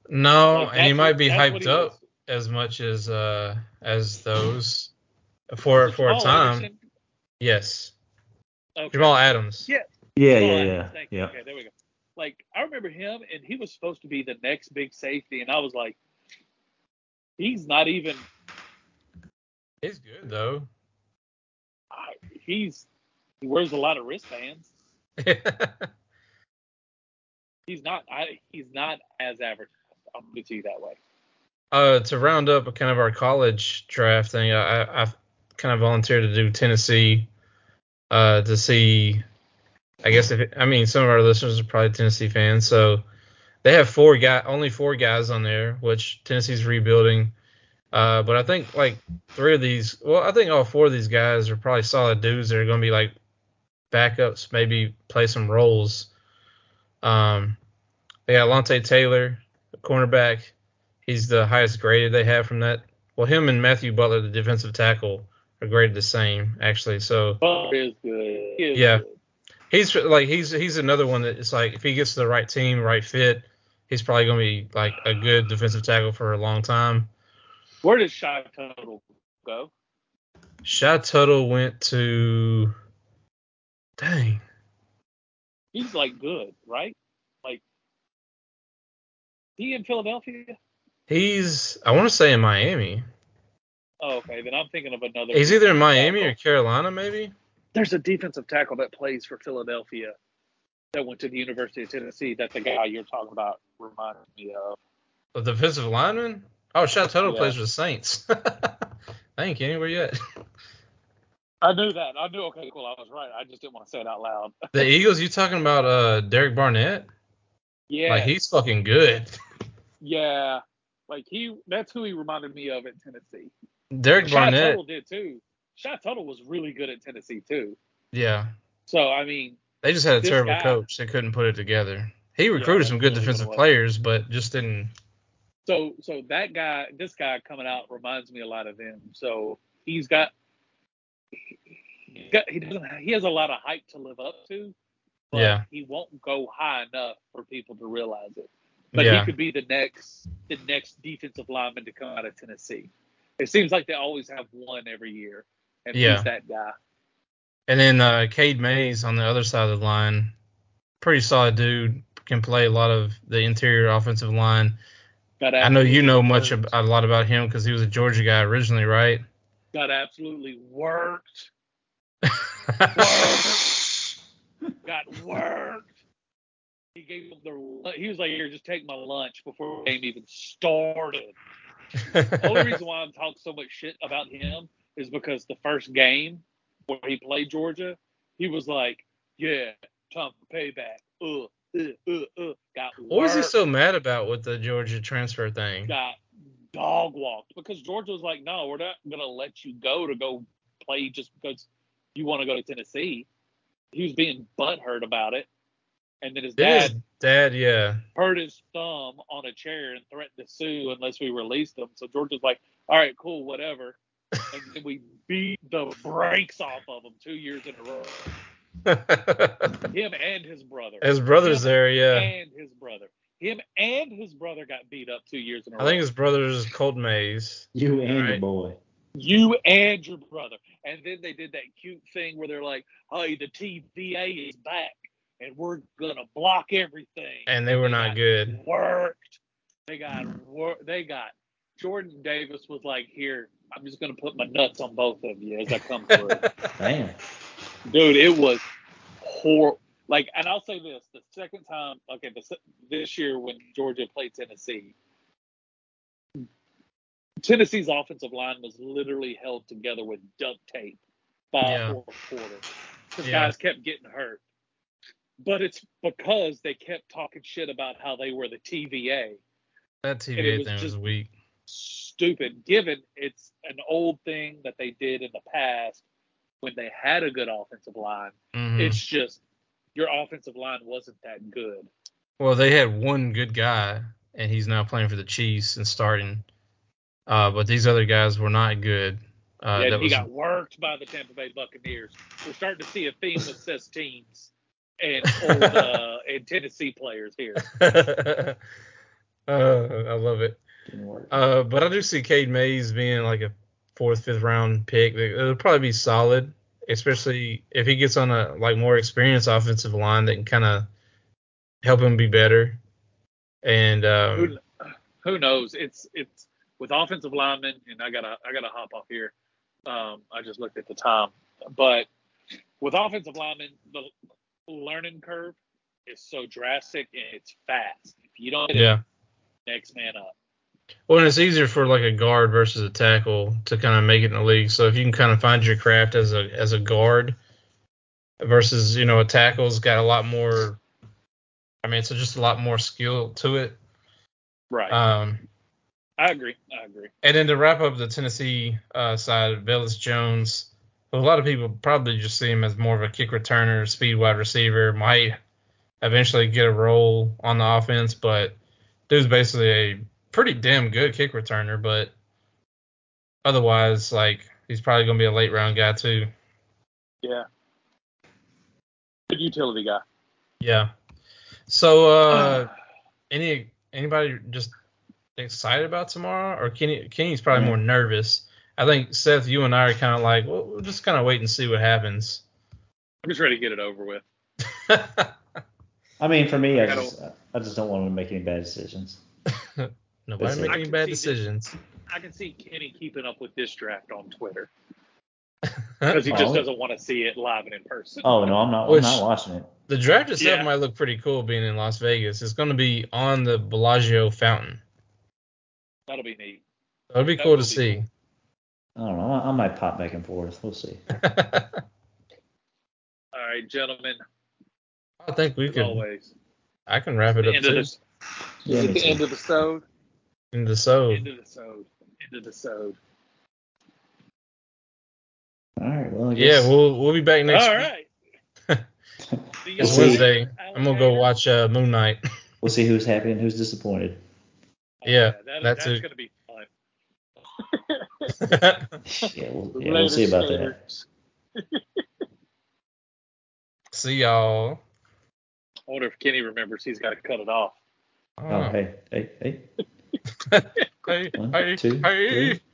Speaker 1: No,
Speaker 2: Like,
Speaker 1: Oh, and he
Speaker 2: that's
Speaker 1: might
Speaker 2: what-
Speaker 1: be
Speaker 2: that's what
Speaker 1: hyped
Speaker 2: he
Speaker 1: up
Speaker 2: was.
Speaker 1: as much as uh as those for for a
Speaker 2: Paul
Speaker 1: time.
Speaker 2: Oh, Anderson?
Speaker 1: Yes.
Speaker 2: Okay.
Speaker 1: Jamal Adams.
Speaker 2: Yeah.
Speaker 3: yeah,
Speaker 2: Paul
Speaker 3: yeah, yeah,
Speaker 2: Anderson, thank you.
Speaker 3: yeah.
Speaker 2: Okay, there we go. Like I remember him, and he was supposed to be the next big safety, and I was like, he's not even.
Speaker 1: He's good though.
Speaker 2: I- He's he wears a lot of wristbands. He's not. I, he's not as advertised. I'm gonna see that way.
Speaker 1: uh, to round up kind of our college draft thing, I, I, I kind of volunteered to do Tennessee uh, to see. I guess if I mean some of our listeners are probably Tennessee fans, so they have four guy only four guys on there, which Tennessee's rebuilding. Uh, but I think like three of these, well, I think all four of these guys are probably solid dudes that are going to be like backups, maybe play some roles. Um, they got Lante Taylor, cornerback. He's the highest graded they have from that. Well, him and Matthew Butler, the defensive tackle, are graded the same actually. So
Speaker 2: Butler is good. He is
Speaker 1: Yeah.
Speaker 2: good.
Speaker 1: he's like he's he's another one that it's like if he gets to the right team, right fit, he's probably going to be like a good defensive tackle for a long time.
Speaker 2: Where does Shy Total go?
Speaker 1: Shy Tuttle went to, dang,
Speaker 2: He's like good, right? Like he in Philadelphia?
Speaker 1: he's I want to say in Miami.
Speaker 2: Oh, okay. Then I'm thinking of another.
Speaker 1: He's either in Miami or Carolina, maybe.
Speaker 2: There's a defensive tackle that plays for Philadelphia that went to the University of Tennessee. That the guy you're talking about reminds me of.
Speaker 1: The defensive lineman. Oh, Shy Tuttle
Speaker 2: Yeah.
Speaker 1: plays for the Saints. I ain't anywhere yet.
Speaker 2: I knew that. I knew. Okay, cool. I was right. I just didn't want to say it out loud.
Speaker 1: The Eagles, you talking about uh Derek Barnett?
Speaker 2: Yeah.
Speaker 1: Like he's fucking good.
Speaker 2: yeah. Like he. That's who he reminded me of at Tennessee.
Speaker 1: Derek
Speaker 2: Shy
Speaker 1: Barnett.
Speaker 2: Tuttle did too. Shy Tuttle was really good at Tennessee too.
Speaker 1: Yeah.
Speaker 2: So I mean,
Speaker 1: They just had a
Speaker 2: This
Speaker 1: terrible
Speaker 2: guy-
Speaker 1: coach. They couldn't put it together. He recruited
Speaker 2: that's
Speaker 1: some good
Speaker 2: really what it
Speaker 1: defensive
Speaker 2: was.
Speaker 1: players, but just didn't
Speaker 2: So so that guy, this guy coming out reminds me a lot of him. So he's got he, got, he doesn't he has a lot of hype to live up to, but
Speaker 1: Yeah.
Speaker 2: he won't go high enough for people to realize it. But
Speaker 1: Yeah.
Speaker 2: he could be the next the next defensive lineman to come out of Tennessee. It seems like they always have one every year, and
Speaker 1: Yeah.
Speaker 2: he's that guy.
Speaker 1: And then uh, Cade Mays on the other side of the line, pretty solid dude. can play a lot of the interior offensive line.
Speaker 2: Got
Speaker 1: I know you know
Speaker 2: absolutely
Speaker 1: much ab-
Speaker 2: worked.
Speaker 1: a lot about him because he was a Georgia guy originally, right?
Speaker 2: Got absolutely worked. Got worked. He gave up the. He was like, "Here, just take my lunch before the game even started." The only reason why I'm talking so much shit about him is because the first game where he played Georgia, he was like, "Yeah, time for payback." Uh, uh, uh, uh. Got
Speaker 1: what was he
Speaker 2: worked.
Speaker 1: so mad about with the Georgia transfer thing?
Speaker 2: got dog walked because Georgia was like, no, we're not gonna let you go to go play just because you want to go to Tennessee. He was being butthurt about it, and then his
Speaker 1: Did his
Speaker 2: dad
Speaker 1: dad, yeah.
Speaker 2: hurt his thumb on a chair and threatened to sue unless we released him. So Georgia's like, all right, cool, whatever. And then we beat the brakes off of him two years in a row. Him and his brother.
Speaker 1: his brother's there, yeah.
Speaker 2: And his brother. Him and his brother got beat up two years in a
Speaker 1: I
Speaker 2: row.
Speaker 1: think his brother's Colt Mays.
Speaker 3: You and your
Speaker 1: Right.
Speaker 3: boy.
Speaker 2: You and your brother. And then they did that cute thing where they're like, hey, the TVA is back and we're going to block everything.
Speaker 1: And they were not good.
Speaker 2: Worked. They got wor- They got. Jordan Davis was like, here, I'm just going to put my nuts on both of you as I come through.
Speaker 3: Damn.
Speaker 2: Dude, it was horrible. Like, and I'll say this the second time, okay, the, se- this year when Georgia played Tennessee, Tennessee's offensive line was literally held together with duct tape by
Speaker 1: Yeah.
Speaker 2: fourth quarter. Because
Speaker 1: Yeah.
Speaker 2: guys kept getting hurt. But it's because they kept talking shit about how they were the TVA.
Speaker 1: That
Speaker 2: And it
Speaker 1: TV
Speaker 2: was
Speaker 1: thing was
Speaker 2: just-
Speaker 1: weak.
Speaker 2: Stupid, given it's an old thing that they did in the past when they had a good offensive line.
Speaker 1: Mhm.
Speaker 2: It's just your offensive line wasn't that good.
Speaker 1: Well, they had one good guy, and he's now playing for the Chiefs and starting. Uh, but these other guys were not good. Uh,
Speaker 2: yeah,
Speaker 1: that
Speaker 2: he
Speaker 1: was
Speaker 2: got worked by the Tampa Bay Buccaneers. We're starting to see a theme with says teams and old, uh, and Tennessee players here.
Speaker 1: uh, I love it.
Speaker 3: Didn't work.
Speaker 1: Uh, but I do see Cade Mays being like a fourth, fifth round pick. It- It'll probably be solid, especially if he gets on a like more experienced offensive line that can kind of help him be better. And um,
Speaker 2: Who, who knows? It's it's with offensive linemen, and I gotta I gotta hop off here. Um, I just looked at the time, but with offensive linemen, the learning curve is so drastic and it's fast. If you don't, get it,
Speaker 1: yeah,
Speaker 2: next man up.
Speaker 1: well, and it's easier for like a guard versus a tackle to kind of make it in the league. So if you can kind of find your craft as a as a guard versus you know a tackle's got a lot more. I mean, it's just a lot more skill to it.
Speaker 2: Right.
Speaker 1: Um,
Speaker 2: I agree. I agree.
Speaker 1: And then to wrap up the Tennessee uh, side, Velas Jones, who a lot of people probably just see him as more of a kick returner, speed wide receiver, might eventually get a role on the offense, but dude's basically a pretty damn good kick returner, but otherwise, like, he's probably going to be a late round guy, too.
Speaker 2: Yeah. Good utility guy.
Speaker 1: Yeah. So, uh, any anybody just excited about tomorrow, or Kenny? Kenny's probably more nervous. I think Seth, you and I are kind of like, well, we'll just kind of wait and see what happens.
Speaker 2: I'm just ready to get it over with.
Speaker 3: I mean, for me, I
Speaker 2: I
Speaker 3: just, I just don't want to make any bad decisions.
Speaker 1: Nobody
Speaker 3: Listen,
Speaker 1: make
Speaker 2: I
Speaker 1: any
Speaker 2: can
Speaker 1: bad
Speaker 2: see that-
Speaker 1: decisions.
Speaker 2: I can see Kenny keeping up with this draft on Twitter because he just
Speaker 3: Oh.
Speaker 2: doesn't want to see it live and in person.
Speaker 3: Oh no, I'm not.
Speaker 1: Which-
Speaker 3: I'm not watching it.
Speaker 1: The draft itself
Speaker 2: Yeah.
Speaker 1: might look pretty cool being in Las Vegas. It's going to be on the Bellagio fountain.
Speaker 2: That'll be neat.
Speaker 1: That would be
Speaker 2: That
Speaker 1: cool
Speaker 2: will
Speaker 1: to
Speaker 2: be
Speaker 1: see.
Speaker 3: I don't know. I, I might pop back and forth. We'll see.
Speaker 2: All right, gentlemen.
Speaker 1: I think we
Speaker 2: As
Speaker 1: could.
Speaker 2: always,
Speaker 1: I can wrap it
Speaker 2: the
Speaker 1: up
Speaker 2: end of
Speaker 1: too.
Speaker 2: this.
Speaker 3: Yeah,
Speaker 2: is it
Speaker 3: me
Speaker 2: the
Speaker 3: too.
Speaker 2: end of the sode.
Speaker 1: Into the so.
Speaker 2: End of the sode. End of the sode.
Speaker 3: All right. Well, I guess
Speaker 1: Yeah, we'll we'll be back next.
Speaker 2: All
Speaker 1: week.
Speaker 2: right. See
Speaker 1: It's
Speaker 2: y'all
Speaker 3: See-
Speaker 1: Wednesday.
Speaker 2: later,
Speaker 1: I'm gonna go
Speaker 2: alligator.
Speaker 1: watch uh, Moon Knight.
Speaker 3: we'll see who's happy and who's disappointed.
Speaker 1: Yeah,
Speaker 2: that-
Speaker 1: that's
Speaker 2: that's
Speaker 1: it.
Speaker 2: gonna be fun.
Speaker 3: yeah, we'll, yeah, we'll see
Speaker 2: Later,
Speaker 3: about that.
Speaker 2: skaters.
Speaker 1: See y'all.
Speaker 2: I wonder if Kenny remembers he's got to cut it off.
Speaker 3: Hmm. Oh, hey, hey, hey.
Speaker 1: hey,
Speaker 3: One,
Speaker 1: hey,
Speaker 3: two,
Speaker 1: hey.
Speaker 3: three.